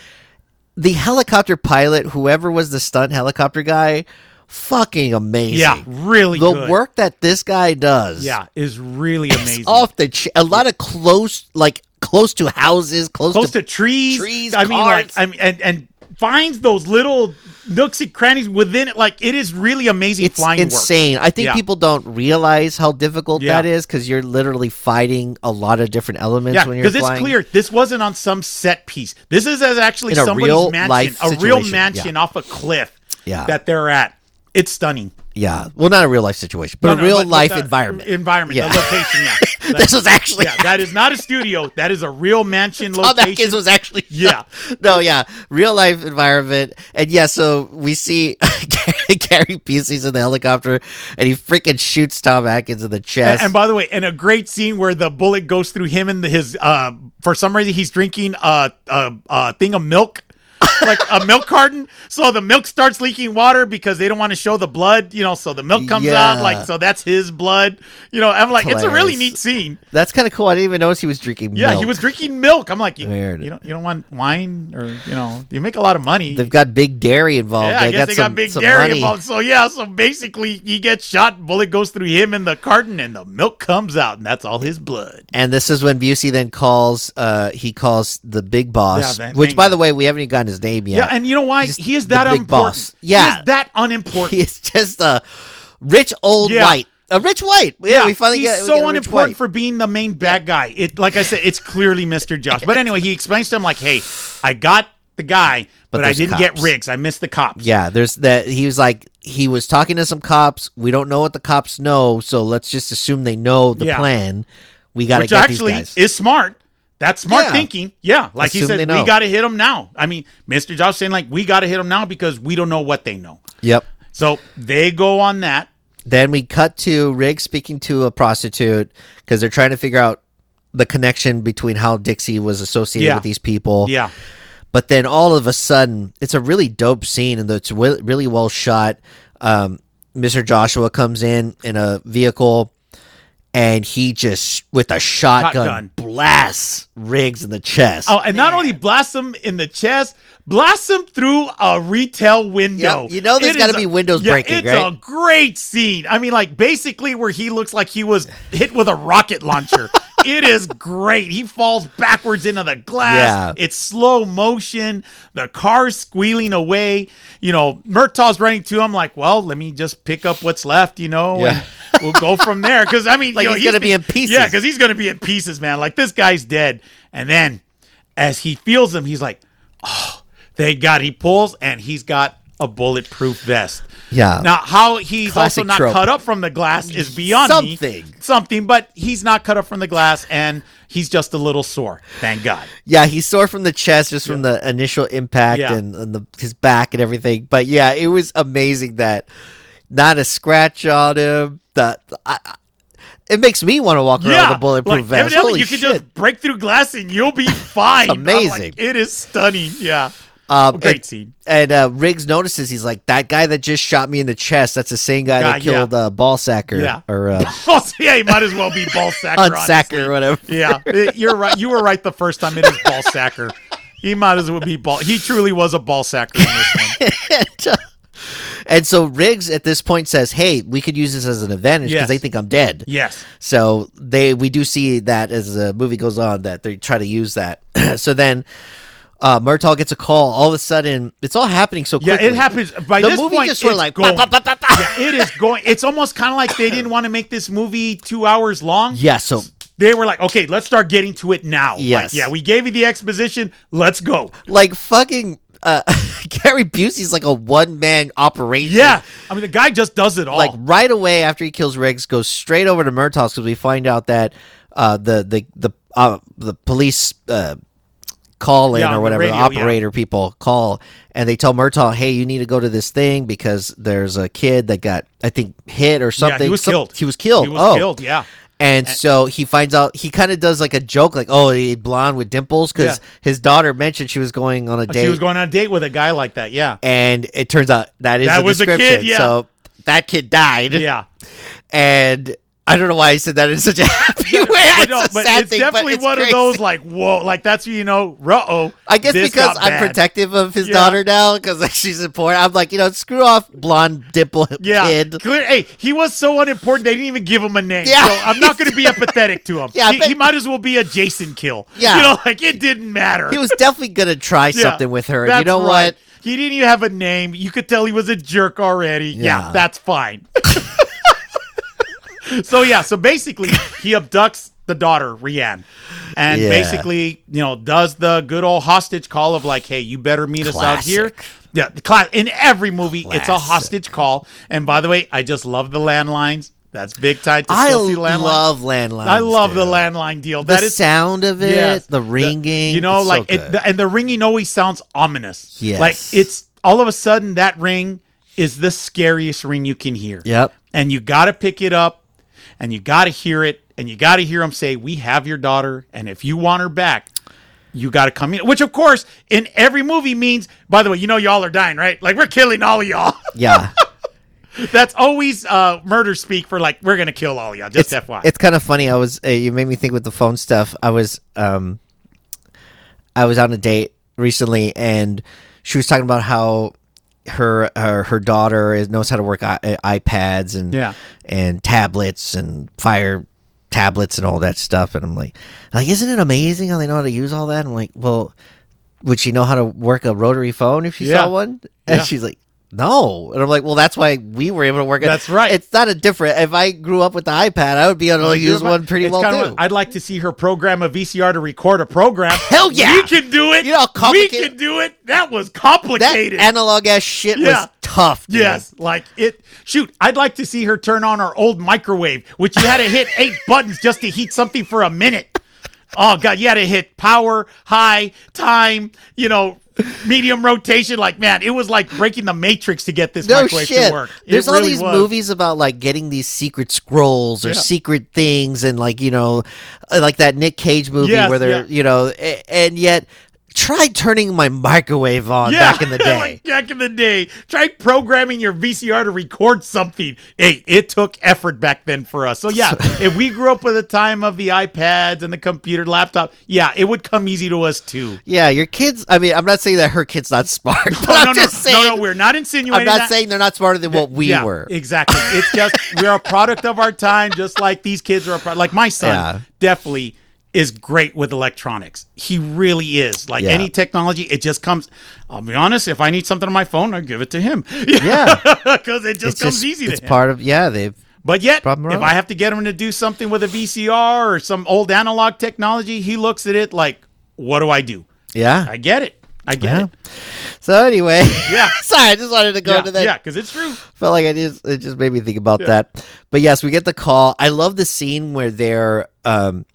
The helicopter pilot, whoever was the stunt helicopter guy, fucking amazing. Yeah, really the good. work that this guy does. Yeah, is really amazing. It's off the ch- a lot of close like close to houses, close, close to, to trees. trees, I mean, like, cars. I mean, and and finds those little nooks and crannies within it. Like, it is really amazing it's flying work. insane. I think Yeah. people don't realize how difficult Yeah. that is because you're literally fighting a lot of different elements Yeah, when you're because it's flying. clear this wasn't on some set piece. This is as actually In a somebody's real mansion, life a real situation, mansion off a cliff Yeah. that they're at. It's stunning, Yeah, well, not a real life situation, but No, a no, real but life the environment. Environment, Yeah. the location. Yeah, this was actually yeah, that is not a studio. That is a real mansion Oh, that location. kid was actually Yeah. no, yeah, real life environment, and yeah. So we see Gary Busey's in the helicopter, and he freaking shoots Tom Atkins in the And, chest. and by the way, and a great scene where the bullet goes through him and his. Uh, for some reason, he's drinking a a, a thing of milk, like a milk carton. So the milk starts leaking water because they don't want to show the blood, you know. So the milk comes out, Yeah. like so that's his blood, you know. I'm like, it's a really Hilarious. neat scene. That's kind of cool. I didn't even notice he was drinking. Yeah, milk. he was drinking milk. I'm like, you, Weird. you don't you don't want wine or you know you make a lot of money. They've got big dairy involved. yeah, I they guess got they some, got big some dairy money. involved. So yeah, so basically he gets shot, bullet goes through him and the carton, and the milk comes out, and that's all his blood. And this is when Busey then calls. Uh, he calls the big boss, Yeah, that which, thing. by the way, we haven't even gotten his name Yeah, yet. and you know why? Just He is the that big unimportant. boss. He Yeah. is that unimportant. he's just a rich old Yeah. white. A rich white. Yeah, we finally he's get we get so a rich unimportant white. for being the main bad guy. It, like I said, it's clearly Mr. Josh. But anyway, he explains to him like, "Hey, I got the guy, but, I there's didn't get cops." Riggs. I missed the cops." Yeah, there's that. He was like, he was talking to some cops. We don't know what the cops know, so let's just assume they know the Yeah. plan. We got to which get actually these guys. is smart. That's smart Yeah. thinking. Yeah, like he Assume said, they we know. got to hit him now. I mean, Mr. Josh saying like, "We got to hit him now because we don't know what they know." yep. So they go on that. Then we cut to Riggs speaking to a prostitute because they're trying to figure out the connection between how Dixie was associated Yeah. with these people. Yeah, But then all of a sudden, it's a really dope scene and it's wi- really well shot. Um, Mr. Joshua comes in in a vehicle and he just, with a Shotgun. shotgun, blasts Riggs in the chest. Oh, and not only blast him in the chest, blast him through a retail window. Yep, you know there's It gotta is a- be windows yeah, breaking, It's right? a great scene. I mean, like basically where he looks like he was hit with a rocket launcher. it is great. He falls backwards into the glass. Yeah. It's slow motion. The car's squealing away. You know, Murtaugh's running to him like, well, let me just pick up what's left, you know, Yeah. and we'll go from there. Because I mean, Like, you know, he's gonna be in pieces. Yeah, because he's gonna be in pieces, man. Like this guy's dead. And then as he feels them, he's like, "Oh, thank God!" He pulls, and he's got a bulletproof vest. Yeah. Now, how he's Classic also not trope. cut up from the glass is beyond me. Something. Something, but he's not cut up from the glass, and he's just a little sore. Thank God. Yeah, he's sore from the chest just from the initial impact Yeah. and, and the, his back and everything. But yeah, it was amazing that not a scratch on him. That I, I- it makes me want to walk around with a bulletproof like, vest. evidently Holy you shit! can just break through glass and you'll be fine. I'm like, Amazing. it is stunning. Yeah. um, Great and, scene. And uh, Riggs notices he's like that guy that just shot me in the chest. That's the same guy Guy, that killed uh, Ballsacker Yeah. or uh, yeah, he might as well be ball sacker. honestly. Unsacker or whatever. Yeah, it- you're right. You were right the first time. It is ball sacker. He might as well be ball. He truly was a ball sacker in this one. And so Riggs at this point says, "Hey, we could use this as an advantage because Yes. they think I'm dead." Yes. So they we do see that as the movie goes on that they try to use that. so then uh Murtaugh gets a call. All of a sudden, it's all happening so Yeah, quickly. it happens by The this movie point. just sort of it's like going. pa, pa, pa, pa, pa. Yeah, it is going. It's almost kind of like they didn't want to make this movie two hours long. Yeah, so They were like, okay, let's start getting to it now. Like, Yes. yeah, we gave you the exposition. Let's go. like fucking uh Gary Busey's like a one man operation. Yeah. I mean, the guy just does it all. Like right away after he kills Riggs, goes straight over to Murtaugh's because we find out that uh the the the uh, the police uh call in Yeah, or the whatever radio, the yeah. operator people call and they tell Murtaugh, "Hey, you need to go to this thing because there's a kid that got I think hit or yeah, something. he was Some- killed. He was killed. He was oh. killed. Yeah. And so he finds out he kind of does like a joke, like, "Oh, he blonde with dimples," because Yeah. his daughter mentioned she was going on a She date, was going on a date with a guy like that. Yeah. and it turns out that is That the was a kid, description. yeah. So that kid died, Yeah. and I don't know why I said that in such a happy way. But It's no, a but sad it's thing, but definitely it's one crazy. of those like whoa, like that's you know, uh oh. I guess because I'm protective of his Yeah. daughter now because like, she's important. I'm like, you know, screw off, blonde dimple Yeah, kid. Clear- hey, he was so unimportant they didn't even give him a name. Yeah. so I'm not going to be empathetic to him. Yeah, I he, bet- he might as well be a Jason kill. Yeah. you know, like it didn't matter. He was definitely gonna try Yeah, something with her. That's you know what? right. He didn't even have a name. You could tell he was a jerk already. Yeah, Yeah. that's fine. so yeah, so basically he abducts the daughter, Rianne, and Yeah. basically, you know, does the good old hostage call of like, hey, you better meet us out here. Classic. Yeah, the cla- in every movie, it's a Classic. hostage call. And by the way, I just love the landlines. That's big time to I still see landlines. love landlines. I love the dude. landline deal. The that is sound of it, Yes. the ringing. you know, it's so like it, good. the, and the ringing always sounds ominous. Yes. like it's all of a sudden that ring is the scariest ring you can hear. Yep. and you got to pick it up, and you got to hear it, and you got to hear them say, "We have your daughter, and if you want her back." You got to come in, which of course in every movie means. By the way, you know y'all are dying, right? Like we're killing all of y'all. yeah. That's always uh, murder speak for like we're gonna kill all of y'all. Just FYI. it's kind of funny. I was uh, you made me think with the phone stuff. I was um, I was on a date recently, and she was talking about how her her, her daughter is, knows how to work I- uh, iPads and Yeah. and tablets and fire tablets and all that stuff. And I'm like, like isn't it amazing how they know how to use all that? I'm like, well, would she know how to work a rotary phone if she Yeah. saw one? And Yeah. she's like. No, and I'm like, well, that's why we were able to work it. That's right. It's not a different. If I grew up with the iPad, I would be able to Like, use here's my- one pretty it's well kinda too. what- I'd like to see her program a VCR to record a program. Hell yeah! we can do it. You know how we complicated- can do it. That was that complicated. analog ass shit Yeah. was tough. dude. yes, like it. Shoot, I'd like to see her turn on our old microwave, which you had to hit eight buttons just to heat something for a minute. Oh god, you had to hit power, high, time. You know. Medium rotation, like man, it was like breaking the matrix to get this No microwave shit. to work. It There's all really these was. movies about like getting these secret scrolls or Yeah. secret things, and like you know, uh, like that Nick Cage movie Yes, where they're yeah. you know, a- and yet try turning my microwave on back in the day. like back in the day. Try programming your VCR to record something. Hey, it took effort back then for us. So yeah, if we grew up with the time of the iPads and the computer laptop, yeah, it would come easy to us too. yeah, your kids. I mean, I'm not saying that her kid's not smart, but No, I'm no, no, just saying. no, no, we're not insinuating I'm not that. saying they're not smarter than what we Yeah, were. Exactly. It's just we're a product of our time, just like these kids are a product. Like my son Yeah. definitely is great with electronics. He really is. Like Yeah. any technology, it just comes. I'll be honest. If I need something on my phone, I give it to him. Yeah. because it just it's comes just easy to it's him. part of yeah. They've but yet, problem if around. I have to get him to do something with a VCR or some old analog technology, he looks at it like, "What do I do? yeah. I get it. I get Yeah. it. So anyway, Yeah. sorry, I just wanted to go Yeah, into that. yeah, because it's true. Felt like I just it just made me think about that. But yes, we get the call. I love the scene where they're um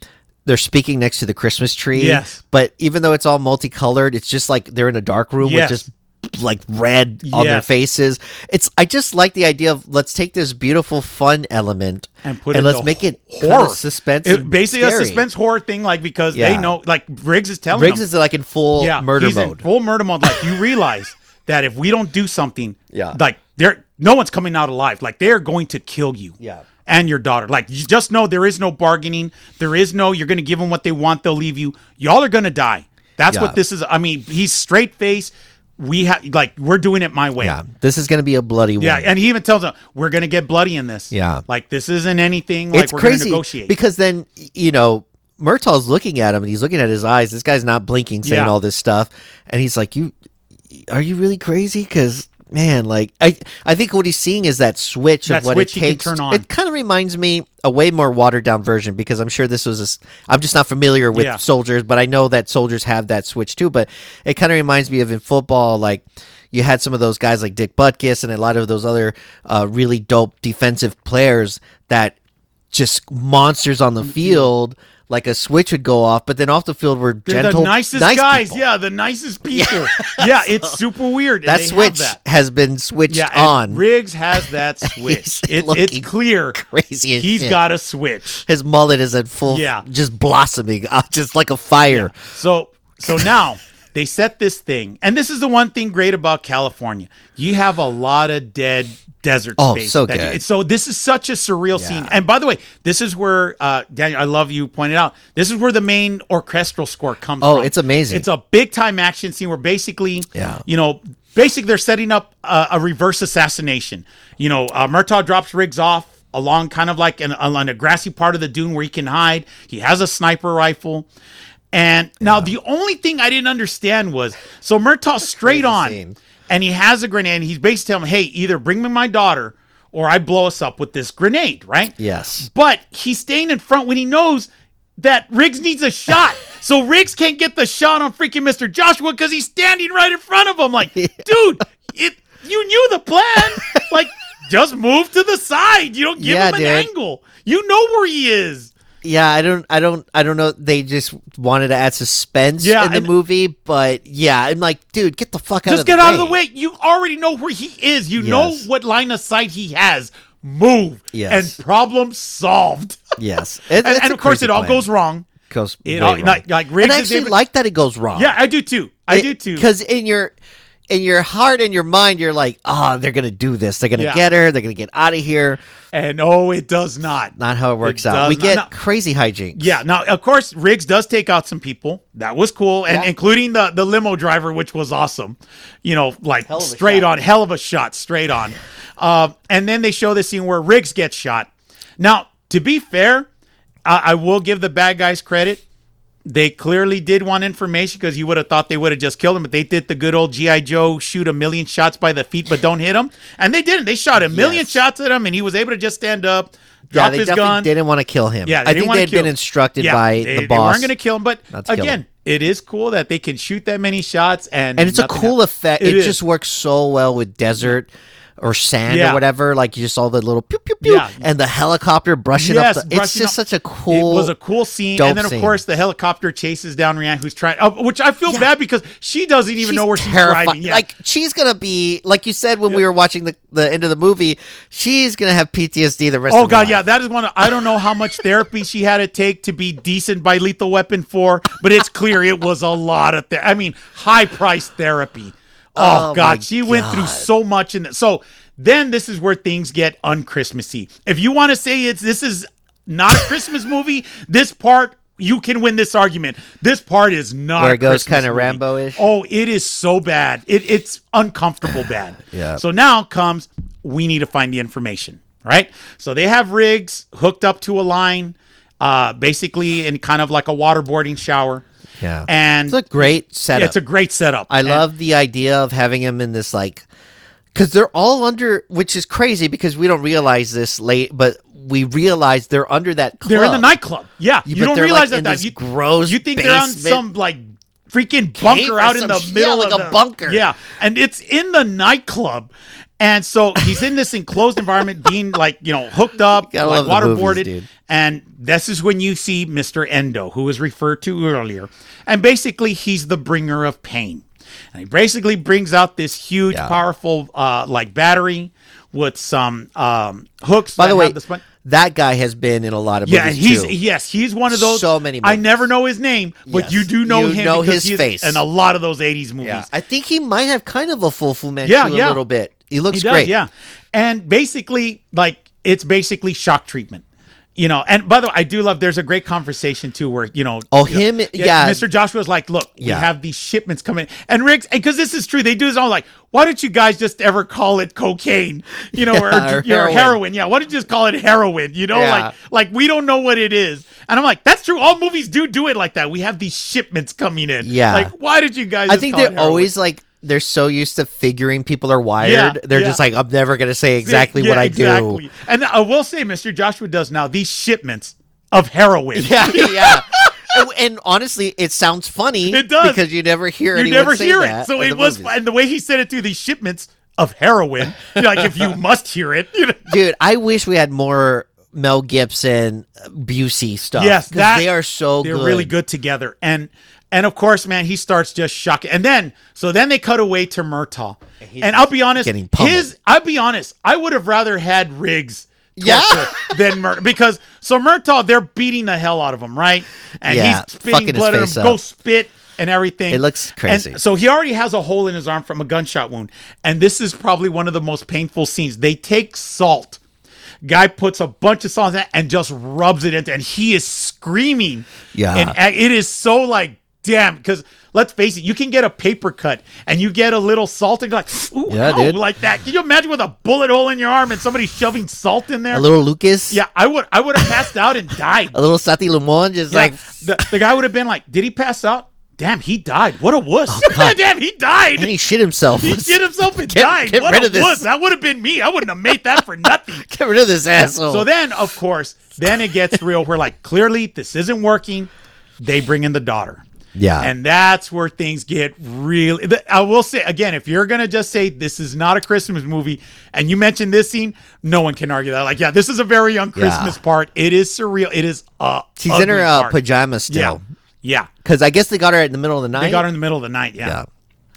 they're speaking next to the Christmas tree. Yes. But even though it's all multicolored, it's just like they're in a dark room Yes. with just like red on their Yes. faces. It's I just like the idea of let's take this beautiful fun element and put and it let's into make it horror kind of suspense. It- and basically scary. a suspense horror thing, like because they Yeah. know, like Briggs is telling Riggs them, is like in full yeah, murder he's in mode. full murder mode. Like you realize that if we don't do something, Yeah. like there, no one's coming out alive. Like they're going to kill you, Yeah. and your daughter. Like you just know there is no bargaining. There is no you're going to give them what they want. They'll leave you. Y'all are going to die. That's Yeah. what this is. I mean, he's straight face. We have like we're doing it my way. yeah. This is gonna be a bloody one. Yeah, and he even tells them we're gonna get bloody in this. Yeah. like this isn't anything. Like it's we're crazy gonna negotiate. because then y- you know Murtaugh's looking at him and he's looking at his eyes. This guy's not blinking, saying Yeah. all this stuff, and he's like, "You are you really crazy?" Because man, like I I think what he's seeing is that switch That of what switch it he can takes. turn on. It kind of reminds me a way more watered down version because I'm sure this was a s- I'm just not familiar with Yeah. soldiers, but I know that soldiers have that switch too. But it kind of reminds me of in football, like. You had some of those guys like Dick Butkus and a lot of those other uh, really dope defensive players that just monsters on Mm-hmm. the field. Like a switch would go off, but then off the field were They're gentle, the nicest nice guys. people. Yeah, the nicest people. Yeah, it's super weird. and that they have switch that. has been switched Yeah, on. and Riggs has that switch. He's It- it's looking clear. crazy as He's shit. got a switch. His mullet is at full, Yeah. just blossoming, uh, just like a fire. So so now They set this thing, and this is the one thing great about California. You have a lot of dead desert Oh, space. so that you- good. it's- so this is such a surreal scene. And by the way, this is where uh, Daniel, I love you pointed out. This is where the main orchestral score comes. Oh, from. it's amazing. It's a big time action scene where basically, Yeah. you know, basically they're setting up a, a reverse assassination. You know, uh, Murtaugh drops Riggs off along kind of like an, on a grassy part of the dune where he can hide. He has a sniper rifle. And now the only thing I didn't understand was so Murtaugh straight on scene. and he has a grenade and he's basically telling him, hey, either bring me my daughter or I blow us up with this grenade, right? Yes. But he's staying in front when he knows that Riggs needs a shot. so Riggs can't get the shot on freaking Mr. Joshua because he's standing right in front of him. Like, dude, it you knew the plan. like, just move to the side. You don't give Yeah, him an dude. angle. You know where he is. Yeah, I don't, I don't, I don't know. They just wanted to add suspense Yeah, in the and- movie, but yeah, I'm like, dude, get the fuck out Just of the get out of the way. You already know where he is. You Yes. know what line of sight he has. Move. Yes. And problem solved. Yes, It- and, it's and a of course, crazy it all plan. goes wrong. Goes It way all- wrong. like- like Riggs and I is actually able- like that it goes wrong. Yeah, I do too. I do too. Because in your in your heart and your mind, you're like, oh, they're gonna do this. They're gonna Yeah. get her. They're gonna get out of here. And oh, it does not. Not how it works out. does We not- get no. crazy hijinks. Yeah. Now, of course, Riggs does take out some people. That was cool, and Yeah. including the the limo driver, which was awesome. You know, like of a straight shot. on, hell of a shot, straight on. um, and then they show the scene where Riggs gets shot. Now, to be fair, I, I will give the bad guys credit. They clearly did want information because you would have thought they would have just killed him, but they did the good old GI Joe shoot a million shots by the feet, but don't hit him, and they didn't. They shot a million Yes. shots at him, and he was able to just stand up, Yeah, drop they his definitely gun. didn't want to kill him. Yeah, they I didn't think wanna they had kill been him. instructed Yeah, by they, the They boss. weren't going to kill him, but Not to kill again, him. it is cool that they can shoot that many shots, and and it's a nothing cool happened. effect. It, It is. just works so well with desert or sand Yeah. or whatever. Like you just saw the little pew pew pew, Yeah. and the helicopter brushing Yes, up. The, it's brushing just up- such a cool. It was a cool scene, dope and then of scene. course the helicopter chases down Rihanna, who's trying, uh, which I feel Yeah. bad because she doesn't even She's know where she's terrifi- driving. Yeah. Like she's gonna be like you said when we were watching the, the end of the movie. She's gonna have PTSD the rest. Oh of god, her yeah, life. that is one. I don't know how much therapy she had to take to be decent by Lethal Weapon Four, but it's clear it was a lot of therapy. I mean, high price therapy. Oh, Oh, my god, she went through God. so much in that. So then this is where things get unchristmassy. If you want to say it's this is not a Christmas movie, this part you can win this argument. This part is not Where a it goes Christmas kinda movie. Rambo-ish? Oh, it is so bad. It, it's uncomfortable bad. Yeah. So now comes we need to find the information, right? So they have rigs hooked up to a line, uh, basically in kind of like a waterboarding shower. Yeah. And It's a great setup. it's a great setup. I And- love the idea of having him in this like because they're all under, which is crazy because we don't realize this late, but we realize they're under that. Club. they're in the nightclub. Yeah. Yeah, you but don't they're, like, realize in that, that this you, gross you think they're on basement. some like freaking bunker or out in some the shit, middle like of a the- bunker. Yeah. And it's in the nightclub. And so he's in this enclosed environment being like, you know, hooked up, Gotta like love the movies, waterboarded. dude. And this is when you see Mr. Endo, who was referred to earlier. And basically, he's the bringer of pain. And he basically brings out this huge, Yeah. powerful, uh, like battery with some um, hooks. By that the way, have spin- that guy has been in a lot of yeah, and movies he's too. yes, he's one of those. So many I movies. never know his name, but Yes. you do know You him. know because his he's face. in a lot of those '80s movies. yeah, I think he might have kind of a full Fu Manchu Yeah, a yeah. little bit. He looks He does, great. yeah. And basically, like it's basically shock treatment. You know, and by the way, I do love. There's a great conversation too, where you know, Oh, you know, him- yeah. Mr. Joshua's like, look, Yeah. we have these shipments coming, and Rick's, and because this is true, they do this all like, why don't you guys just ever call it cocaine, you know, Yeah, or, or or heroin. heroin. Yeah, why don't you just call it heroin? You know, Yeah. like like we don't know what it is, and I'm like, that's true. All movies do do it like that. We have these shipments coming in. Yeah. like why did you guys? I just think call it they're heroin? always like they're so used to figuring people are wired. Yeah, they're yeah. just like I'm never gonna say Yeah, exactly yeah, what I exactly. And I will say, Mr. Joshua does now these shipments of heroin. do. Yeah, yeah. and, and honestly, it sounds funny. It does. because you never hear you anyone never say hear it. that So in it the was, movies. and the way he said it through these shipments of heroin, like if you must hear it, you know. dude. I wish we had more Mel Gibson, Busey stuff. Yes, 'cause that- they are so they're good. really good together. And and of course, man, he starts just shocking. And then so then they cut away to Murtaugh. And, I'll be honest, getting pummeled. his I'll be honest, I would have rather had Riggs Yeah. torture than Murtaugh because so Murtaugh they're beating the hell out of him, right? And Yeah, he's spitting fucking his blood at him. face Go up. spit. and everything. It looks And crazy. so he already has a hole in his arm from a gunshot wound, and this is probably one of the most painful scenes. They take salt. Guy puts a bunch of salt in that and just rubs it into, and he is screaming. Yeah. and a- it is so like damn. Because let's face it, you can get a paper cut and you get a little salt, and you're like, ooh, Yeah, ow, dude. like that. Can you imagine with a bullet hole in your arm and somebody shoving salt in there? a little Lucas, yeah, I would, I would have passed out and died. a little Sati Limon, just Yeah, like the, the guy would have been like, "Did he pass out? Damn, he died. What a wuss! Oh, Damn, he died. and he shit himself. he shit himself and Get- died. get what rid a of this. wuss! That would have been me. I wouldn't have made that for nothing." Get rid of this asshole. So then, of course, then it gets real. We're like, clearly this isn't working. They bring in the daughter. Yeah. And that's where things get really. th- I will say again, if you're gonna just say this is not a Christmas movie, and you mentioned this scene, no one can argue that. Like, yeah, this is a very young Christmas part. It is surreal. It is uh, she's in ugly her uh, part. pajamas still, Yeah. yeah. because I guess they got her in the middle of the night. They got her in the middle of the night. Yeah.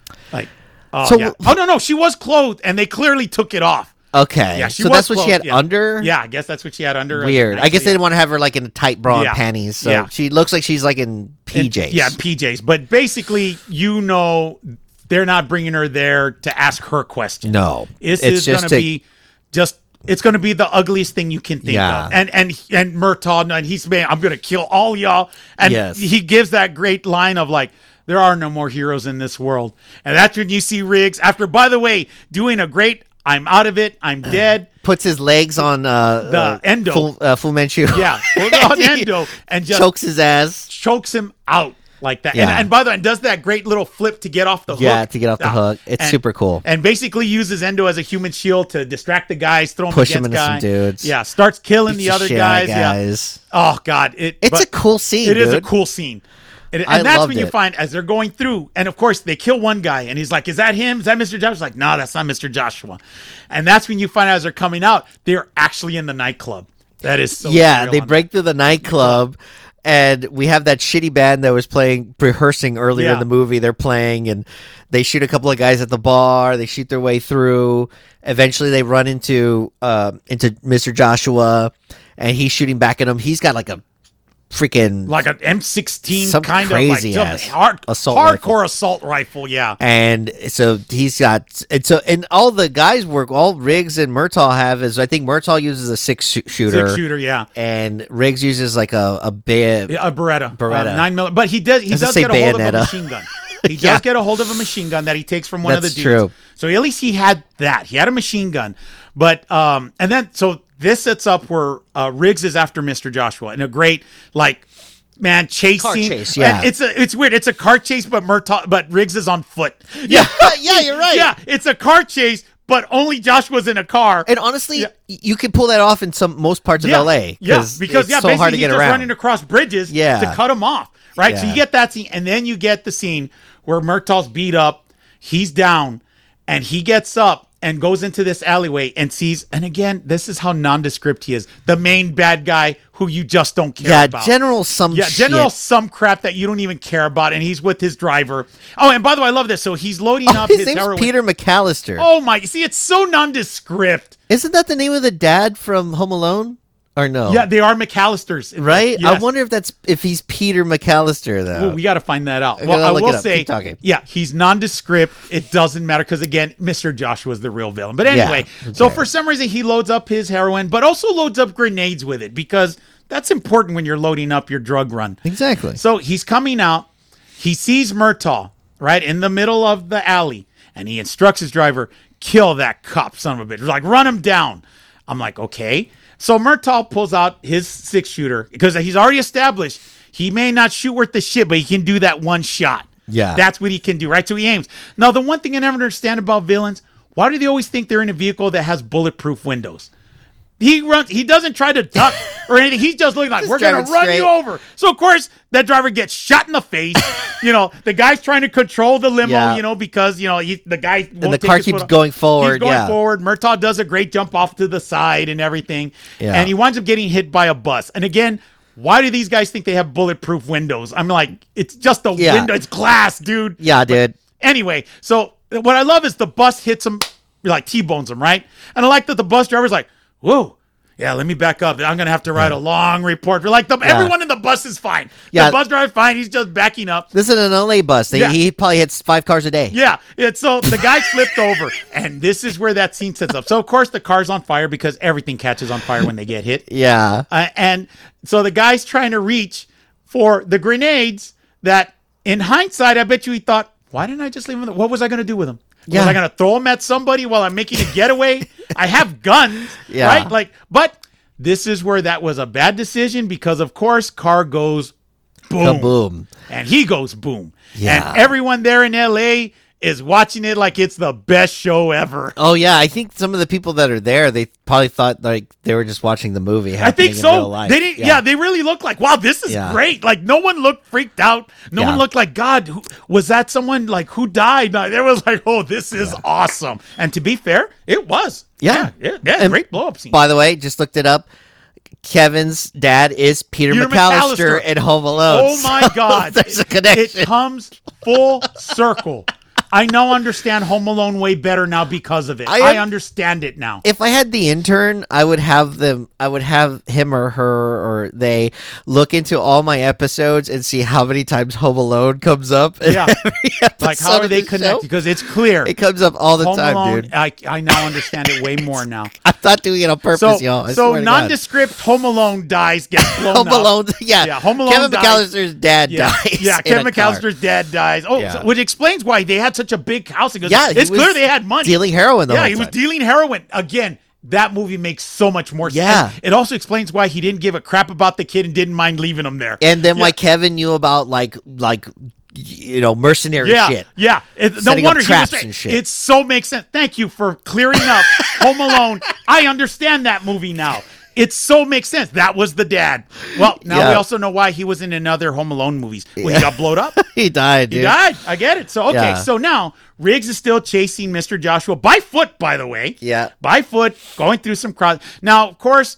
Yeah. Like, oh, So- yeah. oh, no, no. She was clothed and they clearly took it off. Okay, Yeah. She so was that's what she clothed, had yeah. under. Yeah. I guess that's what she had under. as a Weird. I night, guess so they yeah. didn't want to have her like in a tight bra Yeah. and panties, so Yeah. she looks like she's like in PJs. Yeah. PJs. But basically, you know, they're not bringing her there to ask her question. No, This it's is just going to to- be just. It's going to be the ugliest thing you can think Yeah. of, and and and Murtaugh, and he's man, I'm going to kill all y'all, and Yes. he gives that great line of like, there are no more heroes in this world, and that's when you see Riggs after, by the way, doing a great, I'm out of it, I'm dead, puts his legs on uh, The uh, endo. Fu, uh, Fu Manchu. yeah, hold on, Endo, and just chokes his ass. chokes him out like that. And, Yeah. and by the way, and does that great little flip to get off the hook. Yeah, to get off the Yeah. hook. It's And- super cool. And basically uses Endo as a human shield to distract the guys, throw him Push him into against some guy. dudes. Yeah, starts killing the Beats other shit out guys. of Yeah. guys. Oh God, it, It's a but cool scene. It is a dude. cool scene. And, and I that's loved when you it. find as they're going through, and of course they kill one guy, and he's like, "Is that him? Is that Mr. Joshua?" Like, no, that's not Mr. Joshua. And that's when you find out as they're coming out, they're actually in the nightclub. That is so yeah, surreal they on break through the nightclub, and we have that shitty band that was playing rehearsing earlier Yeah. in the movie. They're playing, and they shoot a couple of guys at the bar. They shoot their way through. Eventually, they run into uh, into Mr. Joshua, and he's shooting back at him. He's got like a freaking like an M16 Some kind crazy of like ass just hard, assault hardcore rifle. assault rifle. Yeah, and so he's got and so and all the guys work all Riggs and Murtaugh have is I think Murtaugh uses a six shoo- shooter, six shooter. Yeah, and Riggs uses like a a bit Yeah, a Beretta, Beretta. Uh, nine mil. But he does he Doesn't does say get a hold of a Bayonetta. machine gun. He does Yeah. get a hold of a machine gun that he takes from one of the That's dudes. true. So at least he had that. He had a machine gun. But um, and then so this sets up where uh, Riggs is after Mr. Joshua in a great like man chasing. chase, yeah. it's a it's weird. It's a car chase, but Murtaugh, but Riggs is on foot. Yeah, yeah, you're right. yeah. It's a car chase, but only Joshua's in a car. And honestly, Yeah. y- you can pull that off in some most parts of LA. Yeah, because it's yeah, so basically hard to he's get just around. running across bridges Yeah. to cut him off. Right. So Yeah. you get that scene, and then you get the scene where Murtaugh's beat up, he's down, and he gets up and goes into this alleyway and sees, and again, this is how nondescript he is. The main bad guy who you just don't care yeah, about. General some Yeah, General shit. some crap that you don't even care about, and he's with his driver. Oh, and by the way, I love this. So he's loading up Oh, His, his, name's heroin. Peter McAllister. Oh my! See, it's so nondescript. Isn't that the name of the dad from Home Alone? Or no? Yeah, they are McAllisters, right? I Yes. wonder if that's if he's Peter McAllister though. Well, we got to find that out. I Well, gotta I look it will up. say, Keep talking. yeah, he's nondescript. It doesn't matter because again, Mr. Joshua's the real villain. But anyway, who so cares? for some reason he loads up his heroin, but also loads up grenades with it because that's important when you're loading up your drug run. exactly. So he's coming out. He sees Murtaugh right in the middle of the alley, and he instructs his driver, "Kill that cop, son of a bitch!" He's like, "Run him down." I'm like, "Okay." So Murtaugh pulls out his six shooter because he's already established he may not shoot worth the shit, but he can do that one shot. Yeah. that's what he can do, right? So he aims. Now, the one thing I never understand about villains: why do they always think they're in a vehicle that has bulletproof windows? He runs. He doesn't try to duck or anything. He's just looking like we're gonna driving run straight. you over. So of course that driver gets shot in the face. you know the guy's trying to control the limo. Yeah. You know because you know he, the guy won't the take car his keeps foot off. going forward, He's going yeah. forward. Murtaugh does a great jump off to the side and everything. Yeah. And he winds up getting hit by a bus. And again. Why do these guys think they have bulletproof windows? I'm like, it's just a Yeah. window. It's glass, dude. yeah, dude. Anyway, so what I love is the bus hits him, like T bones him, right? And I like that the bus driver's like, whoa, Yeah, let me back up. I'm gonna have to write a long report. We're like the, everyone in the bus is fine. Yeah. The bus driver's fine. He's just backing up. This is an LA bus. They, Yeah. He probably hits five cars a day. Yeah, yeah. So the guy flipped over, and this is where that scene sets up. So of course the car's on fire because everything catches on fire when they get hit. Yeah. Uh, and so the guy's trying to reach for the grenades that, in hindsight, I bet you he thought, why didn't I just leave them? What was I going to do with them? Yeah. Was I going to throw them at somebody while I'm making a getaway? I have guns, Yeah. right? Like, but this is where that was a bad decision because, of course, car goes boom, Kaboom. and he goes boom, Yeah. and everyone there in L.A. is watching it like it's the best show ever. Oh yeah, I think some of the people that are there, they probably thought like they were just watching the movie. I happening think in real so. life. They didn't. Yeah. they really looked like wow, this is Yeah. great. Like no one looked freaked out. No Yeah. one looked like God. Who, was that someone like who died? Like, there was like oh, this is awesome. And to be fair, it was. Yeah. yeah, yeah, yeah, And great blow up scene. By the way, just looked it up. Kevin's dad is Peter, Peter McAllister, McAllister. in Home Alone. oh my So God, there's a It- connection. It comes full circle. I now understand Home Alone way better now because of it. I I, un- understand it now. if I had the intern, I would have them. I would have him or her or they look into all my episodes and see how many times Home Alone comes up. in Yeah. every Like episode how are of they the show. connected? Because it's clear. It comes up all the Home time, Alone. dude. I I now understand it way more now. I'm not doing it on purpose, So, y'all. I so swear to God. nondescript Home Alone dies, gets blown Home up. Alone, yeah. Yeah, Home Alone Kevin dies. McAllister's dad Yeah, dies. yeah. in Kevin a car. McAllister's dad dies. Oh, Yeah. so- which explains why they had such a big house. Because Yeah, he it's was clear they had money. dealing heroin. The yeah, whole he was time. dealing heroin again. That movie makes so much more sense. Yeah. it also explains why he didn't give a crap about the kid and didn't mind leaving him there. and then why Kevin knew about like like you know mercenary yeah, shit. yeah. It, no Setting up wonder he was traps saying- and shit. It so makes sense. Thank you for clearing up Home Alone. I understand that movie now. It so makes sense. That was the dad. Well, now we Yeah. also know why he was in another Home Alone movies. Well, he got blowed up. He died, He dude. died. I get it. So okay. Yeah. So now Riggs is still chasing Mr. Joshua by foot. By the way. Yeah. By foot, going through some crowd. Now, of course,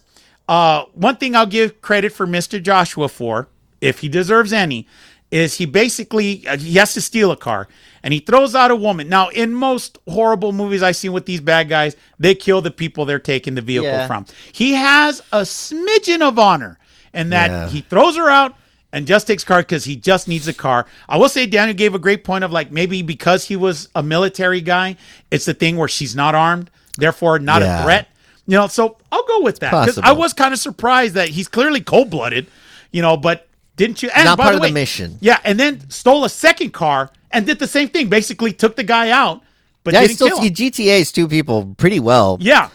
uh, one thing I'll give credit for Mr. Joshua for, if he deserves any, is he basically uh, he has to steal a car and he throws out a woman. Now, in most horrible movies I've seen with these bad guys, they kill the people they're taking the vehicle Yeah. from. He has a smidgen of honor, and that Yeah. he throws her out and just takes car because he just needs a car. I will say Daniel gave a great point of like maybe because he was a military guy, it's the thing where she's not armed, therefore not Yeah. a threat. You know, so I'll go with that because I Possible. was kind of surprised that he's clearly cold blooded. You know, but didn't you? And Not by part the of the way- mission. Yeah, and then stole a second car and did the same thing. Basically, took the guy out, but Yeah, I didn't still kill see him. GTA's two people pretty well. Yeah,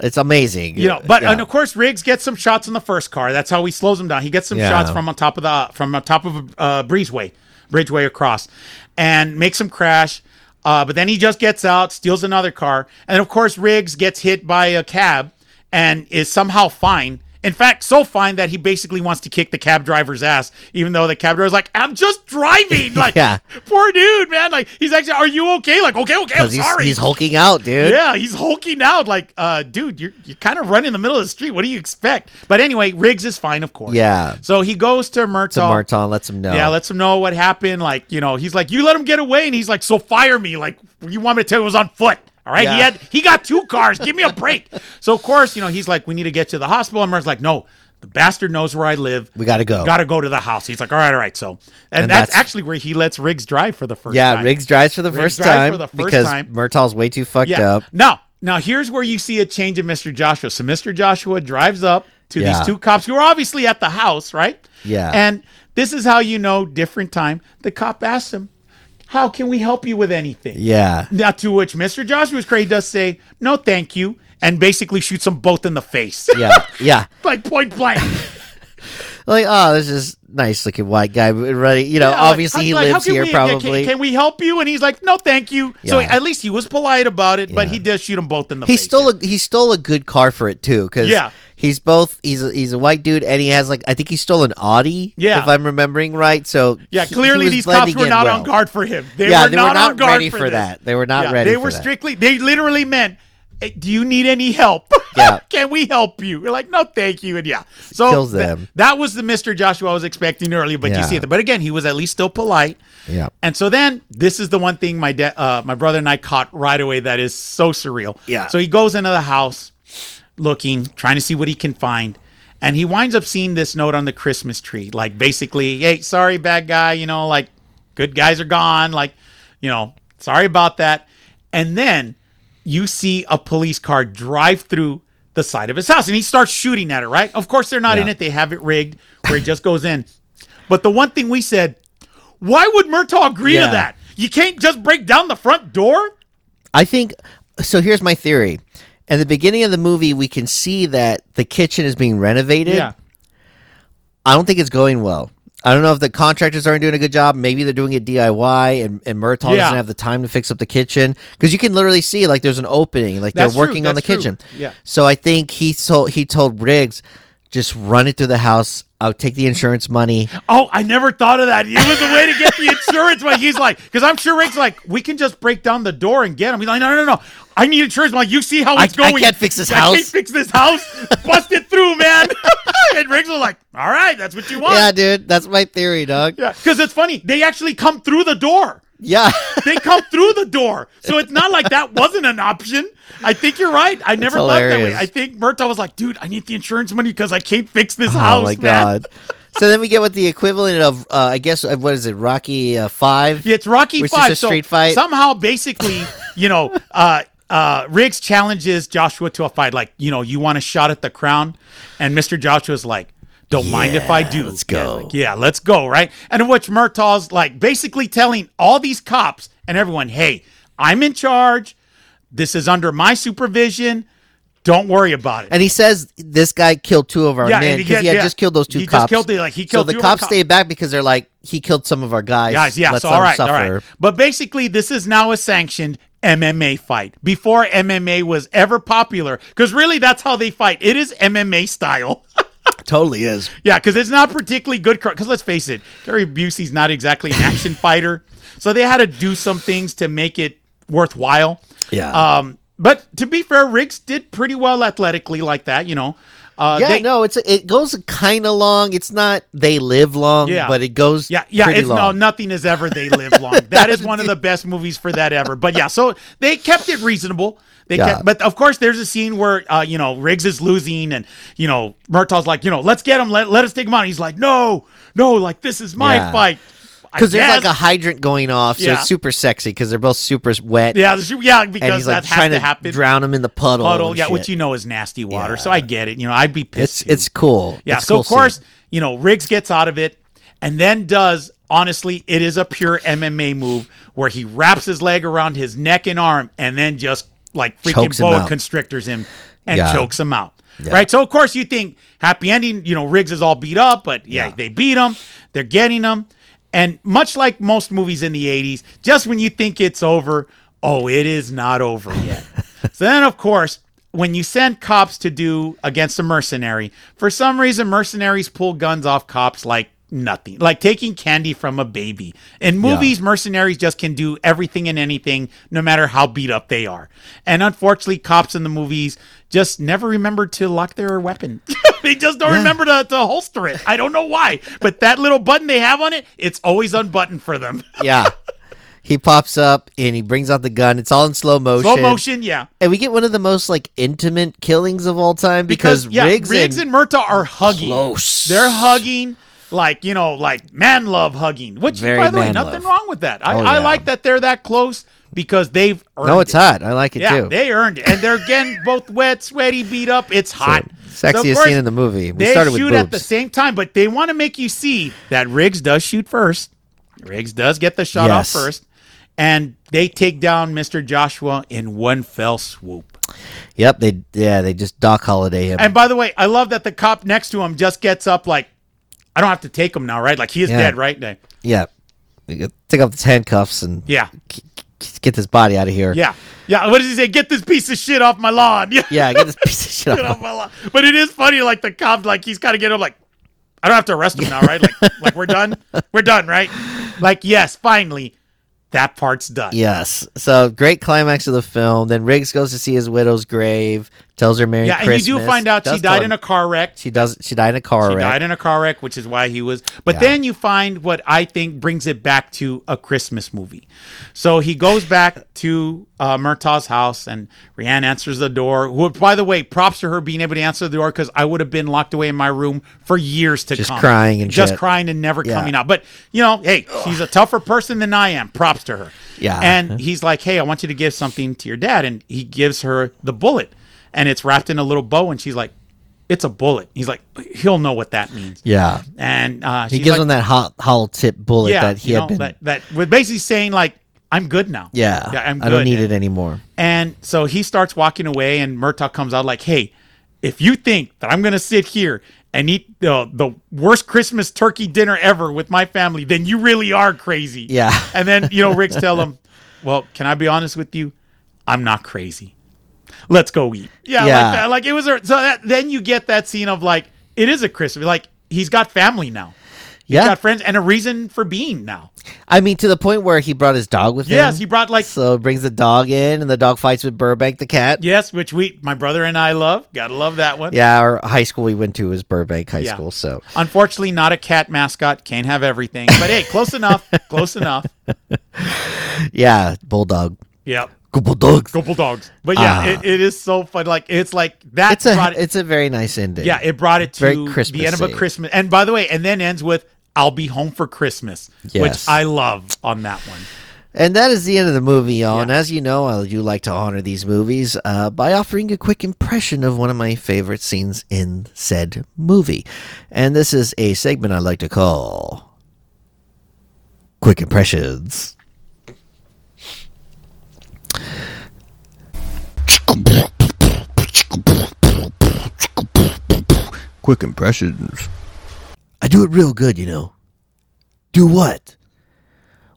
It's amazing. Uh, you know, but uh, Yeah. and of course Riggs gets some shots on the first car. That's how he slows him down. He gets some Yeah. shots from on top of the from on top of a uh, breezeway, bridgeway across, and makes him crash. Uh, but then he just gets out, steals another car, and of course Riggs gets hit by a cab and is somehow fine. In fact, so fine that he basically wants to kick the cab driver's ass, even though the cab driver's like, "I'm just driving." Like, Yeah. poor dude, man. Like, he's actually, "Are you okay?" Like, "Okay, okay, I'm 'Cause he's, sorry." he's hulking out, dude. Yeah, he's hulking out like, uh, dude, you're you're kind of running in the middle of the street. What do you expect? But anyway, Riggs is fine, of course. Yeah. So he goes to Murtaugh. So Marton lets him know. Yeah, lets him know what happened. Like, you know, he's like, you let him get away, and he's like, so fire me. Like, you want me to tell you it was on foot? All right, he Yeah. had he got two cars. Give me a break. So of course, you know, he's like, we need to get to the hospital. And Murtaugh's like, no, the bastard knows where I live. we gotta go. Got to go to the house. He's like, all right, all right. So, and, that's, that's- actually where he lets Riggs drive for the first yeah, time. Riggs drives for the Riggs first drives time for the first because time. Murtaugh's way too fucked up. Now, now here's where you see a change in Mr. Joshua. So Mr. Joshua drives up to Yeah. these two cops who are obviously at the house, right? Yeah. And this is how you know different time. The cop asks him, "How can we help you with anything?" Yeah. Now, to which Mr. Joshua's crazy does say, "No, thank you," and basically shoots them both in the face, Yeah. yeah. like point blank. Like, oh, this is nice looking white guy running you know, Yeah, like, obviously I'm he like, how lives can here we- yeah, can- probably. Can, we help you? And he's like, "No, thank you." So Yeah. at least he was polite about it, but Yeah. he does shoot them both in the he face. stole a he stole a good car for it too because Yeah. he's both he's a, he's a white dude and he has like I think he stole an Audi Yeah. if I'm remembering right so Yeah, he- he clearly was these cops blending were in not on well. guard for him. They yeah were they not, were not on guard ready for, this. that they were not Yeah, ready They for were that. strictly. They literally meant, "Hey, "Do you need any help? Yeah. Can we help you?" We're like, "No, thank you." And yeah, so Kills tha- them. that was the Mister Joshua I was expecting earlier, but you Yeah. see it. But again, he was at least still polite. yeah And so then this is the one thing my dad, uh, my brother and I caught right away that is so surreal. Yeah. So he goes into the house. looking, trying to see what he can find. And he winds up seeing this note on the Christmas tree. Like, basically, hey, sorry, bad guy, you know, like, good guys are gone. Like, you know, sorry about that. And then you see a police car drive through the side of his house and he starts shooting at it, right? Of course, they're not in it. They have it rigged where it just goes in. But the one thing we said, why would Murtaugh agree Yeah. to that? You can't just break down the front door? I think so. Here's my theory. In the beginning of the movie, we can see that the kitchen is being renovated. I don't think it's going well. I don't know if the contractors aren't doing a good job. Maybe they're doing it DIY, and, and Murtaugh Yeah. doesn't have the time to fix up the kitchen because you can literally see like there's an opening, like That's they're true, working on the that's true. kitchen. Yeah. So I think he told he told Riggs, just run it through the house. I'll take the insurance money. Oh, I never thought of that. It was a way to get the insurance money. He's like, because I'm sure Rick's like, we can just break down the door and get him. He's like, no, no, no. I need insurance. I'm like, you see how I- it's I going. can't fix this I can't house." fix this house. Bust it through, man. and Riggs was like, all right, that's what you want. Yeah, dude, that's my theory, dog. Yeah, because it's funny. They actually come through the door. Yeah, They come through the door. So it's not like that wasn't an option. I think you're right. I never thought that way. hilarious. I think Murtaugh was like, dude, I need the insurance money because I can't fix this house. oh my man." god. So then we get what the equivalent of, uh, I guess, uh, what is it, Rocky uh, Five? Yeah, It's Rocky Which is Five. a street fight. Somehow, basically, you know, uh, uh, Riggs challenges Joshua to a fight. Like, you know, you want a shot at the crown, and Mr. Joshua's like, "Don't mind if I do." Let's go. Yeah, like, "Yeah, let's go. Right, and in which Murtaugh's like basically telling all these cops and everyone, "Hey, I'm in charge. This is under my supervision. Don't worry about it." And he says this guy killed two of our Yeah, men and he because he get- had yeah. just killed those two He just cops. killed the- like, he so killed the two of our cops cops. stayed back because they're like he killed some of our guys. guys. Yeah, let's so let all him right, suffer. all right. But basically, this is now a sanctioned MMA fight before MMA was ever popular. Because really, that's how they fight. It is MMA style. Totally is. yeah, because it's not particularly good. Because let's face it, Gary Busey's not exactly an action fighter, so they had to do some things to make it worthwhile. Yeah. Um, but to be fair, Riggs did pretty well athletically like that. You know. Uh, Yeah, they- no, it's it goes kind of long. It's not they live long, Yeah. but it goes Yeah, yeah, pretty it's no long. nothing is ever they live long. that is one of the best movies for that ever. But yeah, so they kept it reasonable. They Yeah. kept, but of course, there's a scene where uh, you know Riggs is losing, and you know Murtaugh's like, you know, let's get him, let, let us take him out. He's like, no, no, like this is my Yeah. fight. I Because there's guess. like a hydrant going off, so Yeah. it's super sexy because they're both super wet. yeah, this- yeah, and because he's like that has trying to to, happen. drown him in the puddle. Puddle, and yeah, shit. which you know is nasty water. So I get it. You know, I'd be pissed. it's too. it's cool. Yeah, It's so cool of course, scene. you know, Riggs gets out of it and then does honestly, it is a pure MMA move where he wraps his leg around his neck and arm and then just like freaking Chokes him boa out. constrictors him and Yeah. chokes him out. Right? So of course you think happy ending, you know, Riggs is all beat up, but yeah, they beat him, they're getting him. And much like most movies in the 80s, just when you think it's over, oh, it is not over yet. So then, of course, when you send cops to do against a mercenary, for some reason, mercenaries pull guns off cops like nothing, like taking candy from a baby. In movies, mercenaries just can do everything and anything, no matter how beat up they are. And unfortunately, cops in the movies just never remember to lock their weapon. they just don't remember to, to holster it. I don't know why, but that little button they have on it, it's always unbuttoned for them. yeah. He pops up and he brings out the gun. It's all in slow motion. Slow motion, yeah. And we get one of the most like intimate killings of all time because, yeah, Riggs, and, and, Murtaugh are hugging. Close. They're hugging like you know, like man love hugging. Which Very by the way, man nothing love. wrong with that. I, Oh, I yeah. like that they're that close because they've earned no, it's it. hot. I like it Yeah, too. they earned it, and they're again both wet, sweaty, beat up. It's hot. So, of Sexiest course, scene in the movie. We They started with shoot boobs. at the same time, but they want to make you see that Riggs does shoot first. Riggs does get the shot Yes. off first, and they take down Mr. Joshua in one fell swoop. yep, they yeah they just Doc Holiday him. And by the way, I love that the cop next to him just gets up like, I don't have to take him now, right? Like he is Yeah. dead, right? Like, yeah, take off his handcuffs and Yeah, k- k- get this body out of here. yeah, yeah. What does he say? Get this piece of shit off my lawn. Yeah, yeah, get this piece of shit get off. off my lawn. But it is funny, like the cop, like he's got to get up, like I don't have to arrest him now, right? Like, like we're done, we're done, right? Like yes, finally, that part's done. Yes. So great climax of the film. Then Riggs goes to see his widow's grave, tells her Merry yeah, and Christmas. you do find out she does died tell in her- a car wreck. She does. She died in a car She wreck. died in a car wreck, which is why he was. But Yeah. then you find what I think brings it back to a Christmas movie. So he goes back to uh, Murtaugh's house, and Rianne answers the door. Who, by the way, props to her being able to answer the door because I would have been locked away in my room for years to Just come, crying and just shit. crying and never Yeah. coming out. But you know, hey, she's a tougher person than I am. Props to her. Yeah. Uh-huh. And he's like, hey, I want you to give something to your dad, and he gives her the bullet, and it's wrapped in a little bow, and she's like it's a bullet. He's like, he'll know what that means. yeah, And uh, he she's gives like, him that hot hollow tip bullet yeah, that he you had know, been. that, that was basically saying like, I'm good now. yeah, I'm good. I don't need and, it anymore. And so he starts walking away, and Murtaugh comes out like, hey, if you think that I'm gonna sit here and eat the the worst Christmas turkey dinner ever with my family, then you really are crazy. Yeah. And then you know, Rick's tell him, well, can I be honest with you? I'm not crazy let's go eat. Yeah, Yeah. like that. Like it was a, so that then you get that scene of like it is a Christmas. Like he's got family now. He's Yeah. got friends and a reason for being now. I mean, to the point where he brought his dog with him. Yes, he brought like so he brings the dog in, and the dog fights with Burbank the cat. yes, which we my brother and I love. Gotta love that one. Yeah, our high school we went to was Burbank High Yeah. School. So Unfortunately, not a cat mascot. Can't have everything. But hey, close enough. Close enough. yeah, bulldog, Yep. Good bulldog. Couple dogs. But yeah, Ah. it, it is so fun. Like it's like that It's a brought it, it's a very nice ending. yeah, it brought it to very the end of a Christmassy. Christmas. And by the way, and then ends with I'll be home for Christmas, Yes. which I love on that one. And that is the end of the movie, y'all. And as you know, I do like to honor these movies uh, by offering a quick impression of one of my favorite scenes in said movie. And this is a segment I like to call Quick Impressions. Quick impressions. I do it real good, you know. Do what?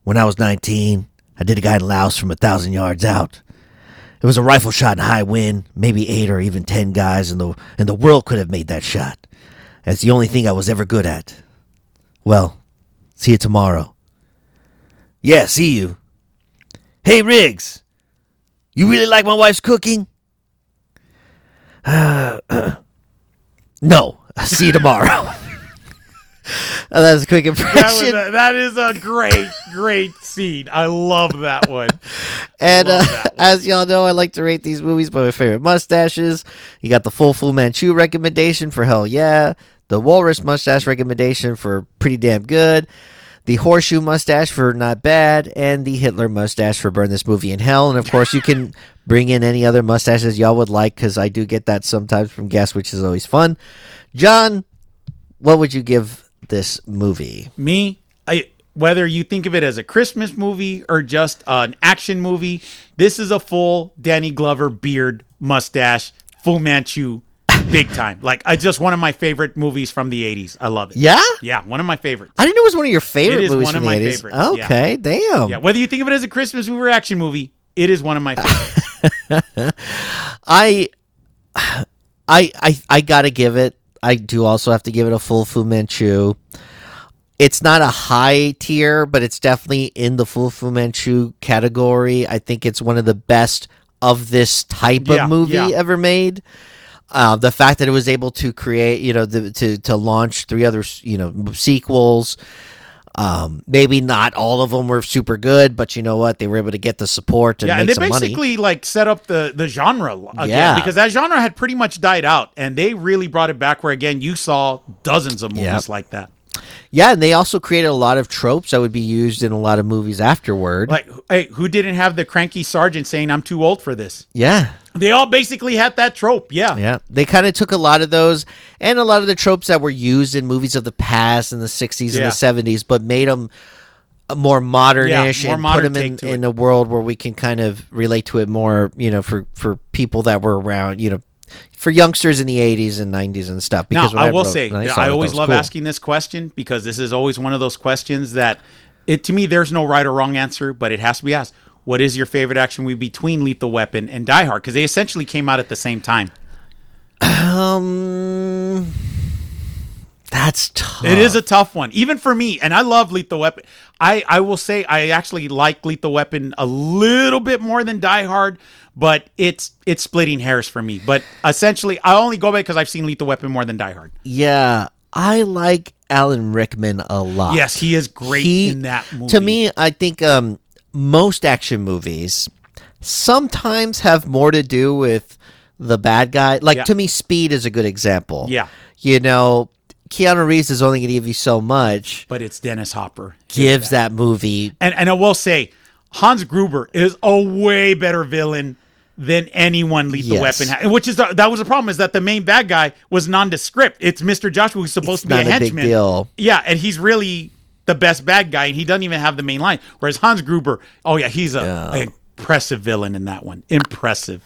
When I was 19, I did a guy in Laos from a thousand yards out. It was a rifle shot in high wind, maybe eight or even ten guys in the in the world could have made that shot. That's the only thing I was ever good at. Well, see you tomorrow. Yeah, see you. Hey Riggs, you really like my wife's cooking? no, see you tomorrow. Oh, that was a quick That, was impression. a, that is a great, great scene. I love that one. And uh, Love that one. as y'all know, I like to rate these movies by my favorite mustaches. You got the full Fu Manchu recommendation for Hell Yeah, the Walrus mustache recommendation for Pretty Damn Good, the Horseshoe mustache for Not Bad, and the Hitler mustache for Burn This Movie in Hell. And of course, you can bring in any other mustaches y'all would like because I do get that sometimes from guests, which is always fun. John, what would you give this movie? Me, I whether you think of it as a Christmas movie or just an action movie, this is a full Danny Glover beard, mustache, full Manchu, big time. Like I just one of my favorite movies from the '80s. I love it. Yeah? yeah, one of my favorites. I didn't know it was one of your favorite is movies one from of the my 80s. favorites, yeah. Okay, damn. Yeah, whether you think of it as a Christmas movie or action movie, it is one Ah, of my favorites. I, I, I, I gotta give it. I do also have to give it a full Fu Manchu. It's not a high tier, but it's definitely in the full Fu Manchu category. I think it's one of the best of this type Yeah, of movie yeah. ever made. Uh, the fact that it was able to create, you know, the, to to launch three other, you know, sequels. Um, maybe not all of them were super good, but you know what? They were able to get the support and yeah, make and they some money. basically like set up the the genre again Yeah. because that genre had pretty much died out, and they really brought it back. Where again, you saw dozens of movies Yep. like that. Yeah, and they also created a lot of tropes that would be used in a lot of movies afterward. Like, hey, who didn't have the cranky sergeant saying, I'm too old for this? yeah. They all basically had that trope. Yeah. Yeah. They kind of took a lot of those and a lot of the tropes that were used in movies of the past in the 60s Yeah. and the 70s, but made them more modernish more and put them modern take to in, it. in a world where we can kind of relate to it more, you know, for, for people that were around, you know, for youngsters in the 80s and 90s and stuff. Now, when I will wrote- say, when saw I it, that always was love cool. asking this question because this is always one of those questions that, it to me, there's no right or wrong answer, but it has to be asked. What is your favorite action movie between Lethal Weapon and Die Hard? Because they essentially came out at the same time. Um, That's tough. It is a tough one, even for me. And I love Lethal Weapon. I I will say I actually like Lethal Weapon a little bit more than Die Hard, but it's it's splitting hairs for me. But essentially, I only go back because I've seen Lethal Weapon more than Die Hard. Yeah, I like Alan Rickman a lot. Yes, he is great Ah. He- in that movie. To me, I think um, most action movies sometimes have more to do with the bad guy. Like Yeah. to me, Speed is a good example. Yeah. you know, Keanu Reeves is only going to give you so much. but it's Dennis Hopper. Gives that movie And and I will say, Hans Gruber is a way better villain than anyone Lethal Yes. Weapon had. Which is the, that was the problem is that the main bad guy was nondescript. It's Mr. Joshua who's It's supposed to be a not a big henchman. deal. Yeah, and he's really the best bad guy, and he doesn't even have the main line. Whereas Hans Gruber, oh yeah, he's a, an impressive villain in that one. Impressive.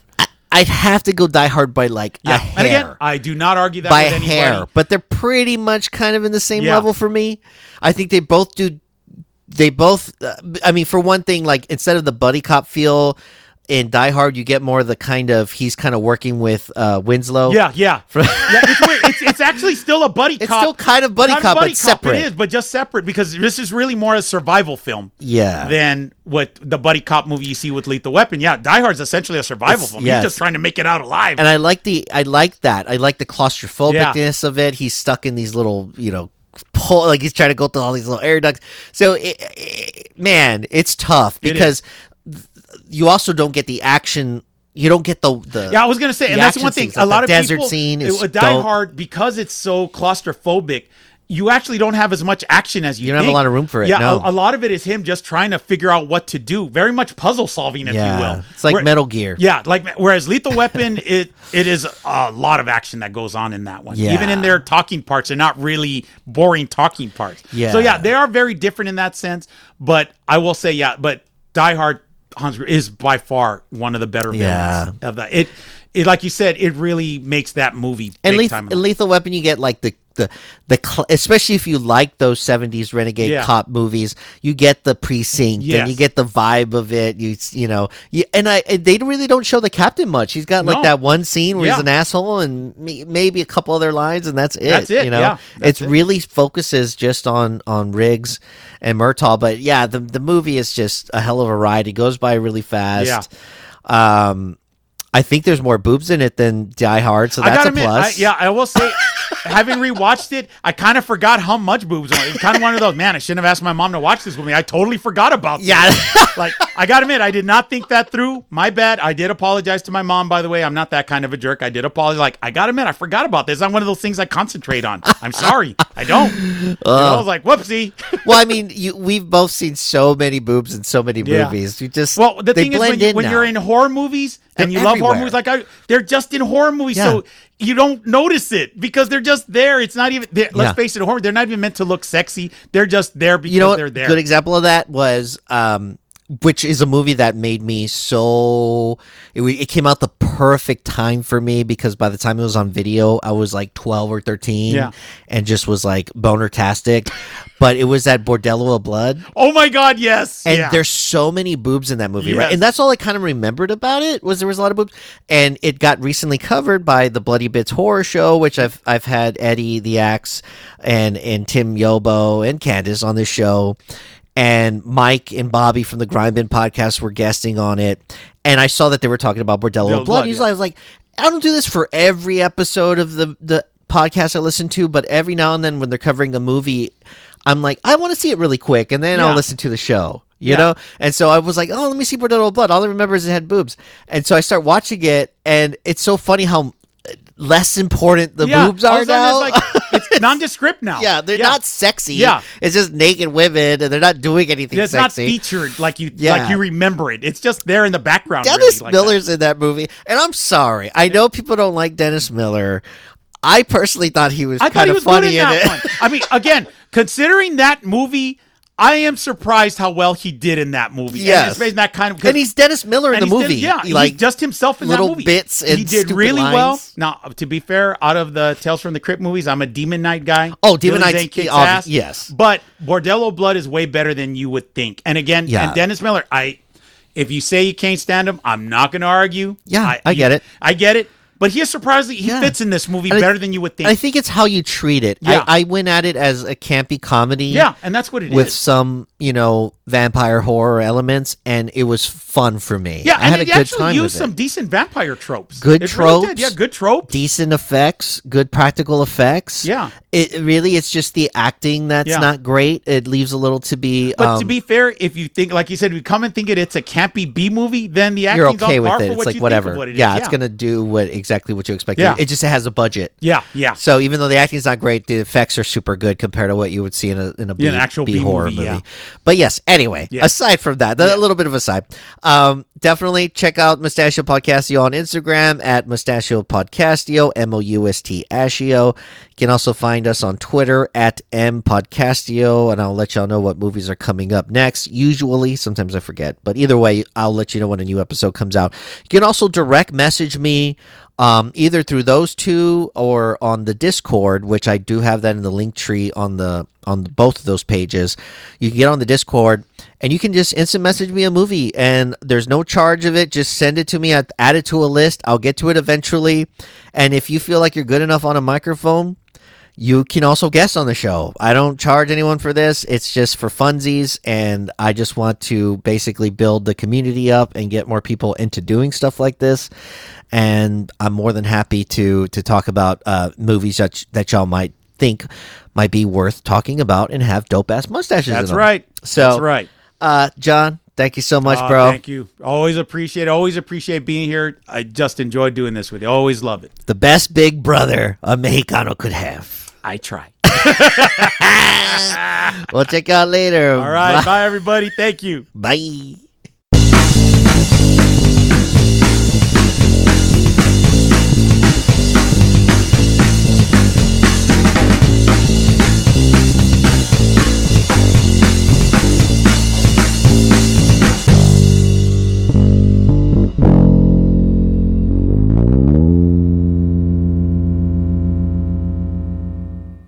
I'd have to go Die Hard by like a hair, And again, I do not argue that by with a anybody. hair, but they're pretty much kind of in the same Yeah. level for me. I think they both do. They both. Uh, I mean, for one thing, like instead of the buddy cop feel in Die Hard, you get more of the kind of he's kind of working with uh, Winslow. Yeah, yeah. yeah it's, weird. It's, it's actually still a buddy it's cop. still kind of buddy Not a cop, but separate. It is, but just separate because this is really more a survival film Yeah. than what the buddy cop movie you see with Lethal Weapon. Yeah, Die Hard's essentially a survival It's- film. yes. He's just trying to make it out alive. and I like the I like that. I like the claustrophobicness of it. He's stuck in these little, you know, pull like he's trying to go through all these little air ducts. So it, it- man, it's tough It is. because you also don't get the action. You don't get the the yeah, I was gonna say, and the that's action one thing. scenes, A like lot the of desert people, scene it- is with Die dope. Hard because it's so claustrophobic. You actually don't have as much action as you. You don't have a think. lot of room for it, Yeah, no. a, a lot of it is him just trying to figure out what to do. Very much puzzle solving, if Yeah. you will. It's like Where- Metal Gear. Yeah, like whereas Lethal Weapon, it it is a lot of action that goes on in that one. Yeah. Even in their talking parts, they're not really boring talking parts. Yeah. So yeah, they are very different in that sense. But I will say, yeah, but Die Hard Hans Gruber is by far one of the better Yeah. villains of that. It, it like you said, it really makes that movie. and big lethal, time. in lethal weapon you get like the the the cl- especially if you like those 70s renegade Yeah. cop movies you get the precinct and Yes. you get the vibe of it you s- you know you, and i and they really don't show the captain much he's got like No. that one scene where he's Yeah. an asshole and may- maybe a couple other lines and that's it That's it, you know yeah. it's That's it. really focuses just on on riggs and murtaugh but yeah the, the movie is just a hell of a ride it goes by really fast um I think there's more boobs in it than Die Hard, so that's I a gotta admit, I, plus. yeah, I will say, having rewatched it, I kind of forgot how much boobs. Are. It was kind of one of those. Man, I shouldn't have asked my mom to watch this with me. I totally forgot about. this. Yeah. like I gotta admit, I did not think that through. My bad. I did apologize to my mom. By the way, I'm not that kind of a jerk. I did apologize. Like I gotta admit, I forgot about this. I'm one of those things I concentrate on. I'm sorry. I don't. You know, I was like, whoopsie. well, I mean, you, we've both seen so many boobs in so many Yeah. movies. You just Well, the they thing is, when, blend you, when now. you're in horror movies and They're you love horror everywhere. movies, like I, they're just in horror movies, so you don't notice it because they're just there. It's not even. they're- Let's Yeah. face it, horror. They're not even meant to look sexy. They're just there because you know, what? they're there. good example of that was, um, which is a movie that made me so. It, wa- it came out the perfect time for me because by the time it was on video, I was like twelve or thirteen, Yeah. and just was like boner tastic. but it was that Bordello of Blood. oh my God! Yes. And yeah. there's so many boobs in that movie, right? Yes. And that's all I kind of remembered about it was there was a lot of boobs, and it got recently covered by the Bloody Bits Horror Show, which I've I've had Eddie the Axe and and Tim Yobo and Candace on this show, and Mike and Bobby from the Grind Bin podcast were guesting on it, and I saw that they were talking about Bordello Bordello of Blood. Blood, Usually yeah. I was like, I don't do this for every episode of the the podcast I listen to, but every now and then when they're covering a movie. I'm like, I want to see it really quick, and then I'll Yeah. listen to the show you Yeah. know and so i was like oh let me see bordello blood all i remember is it had boobs and so i start watching it and it's so funny how uh, less important the Yeah, boobs all are of a sudden now It's, like, it's nondescript now. yeah they're not sexy Yeah. it's just naked women and they're not doing anything Yeah, It's not sexy featured like you Yeah. like you remember it. It's just there in the background. dennis really, like that. miller's in that movie and i'm sorry i know people don't like dennis miller i personally thought he was I thought kind he of was good in funny in, that it one. I mean, again, considering that movie, I am surprised how well he did in that movie. And Yes. it's based in that kind of and he's dennis miller in and the he's did- movie yeah, He, he's like just himself in little that movie. bits and he did stupid really well. lines. Now, to be fair, out of the Tales from the Crypt movies, I'm a Demon Knight guy. Oh, Demon Dylan Knight's- Zane kicks yeah, obvi- ass. yes. but Bordello Blood is way better than you would think. And again, Yeah. and Dennis Miller, I. If you say you can't stand him, I'm not going to argue. Yeah, I get it. I get it. But he is surprisingly he Yeah. fits in this movie And I- better than you would think. I think it's how you treat it. Yeah. I, I went at it as a campy comedy. yeah, and that's what it is. with some you know vampire horror elements, and it was fun for me. yeah, I and had it a good actually time used with some it. decent vampire tropes. Good It really did. tropes. Yeah, good tropes. Decent effects, good practical effects. Yeah. it it really it's just the acting that's Yeah. not great. It leaves a little to be. But um, to be fair, if you think, like you said, we come and think it, it's a campy B movie, then the you're acting's okay on par with it. for It's what like you whatever. Think of what it is. yeah, it's gonna do what exactly what you expect. Yeah. it just has a budget. Yeah, yeah. So even though the acting's not great, the effects are super good compared to what you would see in a in a B, Yeah, an actual B B horror movie, movie. yeah. But yes, anyway, Yeah. aside from that, that- a little bit of aside. Um, definitely check out Mustachio Podcastio on Instagram at Mustachio Podcastio M O U S T Ashio. You can also find us on Twitter at M Podcastio, and I'll let y'all know what movies are coming up next. Usually, sometimes I forget, but either way, I'll let you know when a new episode comes out. You can also direct message me um, either through those two or on the Discord, which I do have that in the link tree on the on the, both of those pages. You can get on the Discord and you can just instant message me a movie, and there's no charge of it. Just send it to me. I add it to a list. I'll get to it eventually. And if you feel like you're good enough on a microphone, you can also guest on the show. I don't charge anyone for this. It's just for funsies, and I just want to basically build the community up and get more people into doing stuff like this. And I'm more than happy to to talk about uh, movies that y- that y'all might think might be worth talking about and have dope ass mustaches. in That's them. right. So That's right. uh, John, thank you so much, Uh, bro. Thank you. Always appreciate. Always appreciate being here. I just enjoy doing this with you. Always love it. The best big brother a Mexicano could have. I try. We'll check out later. All right. Bye, everybody. Thank you. Bye.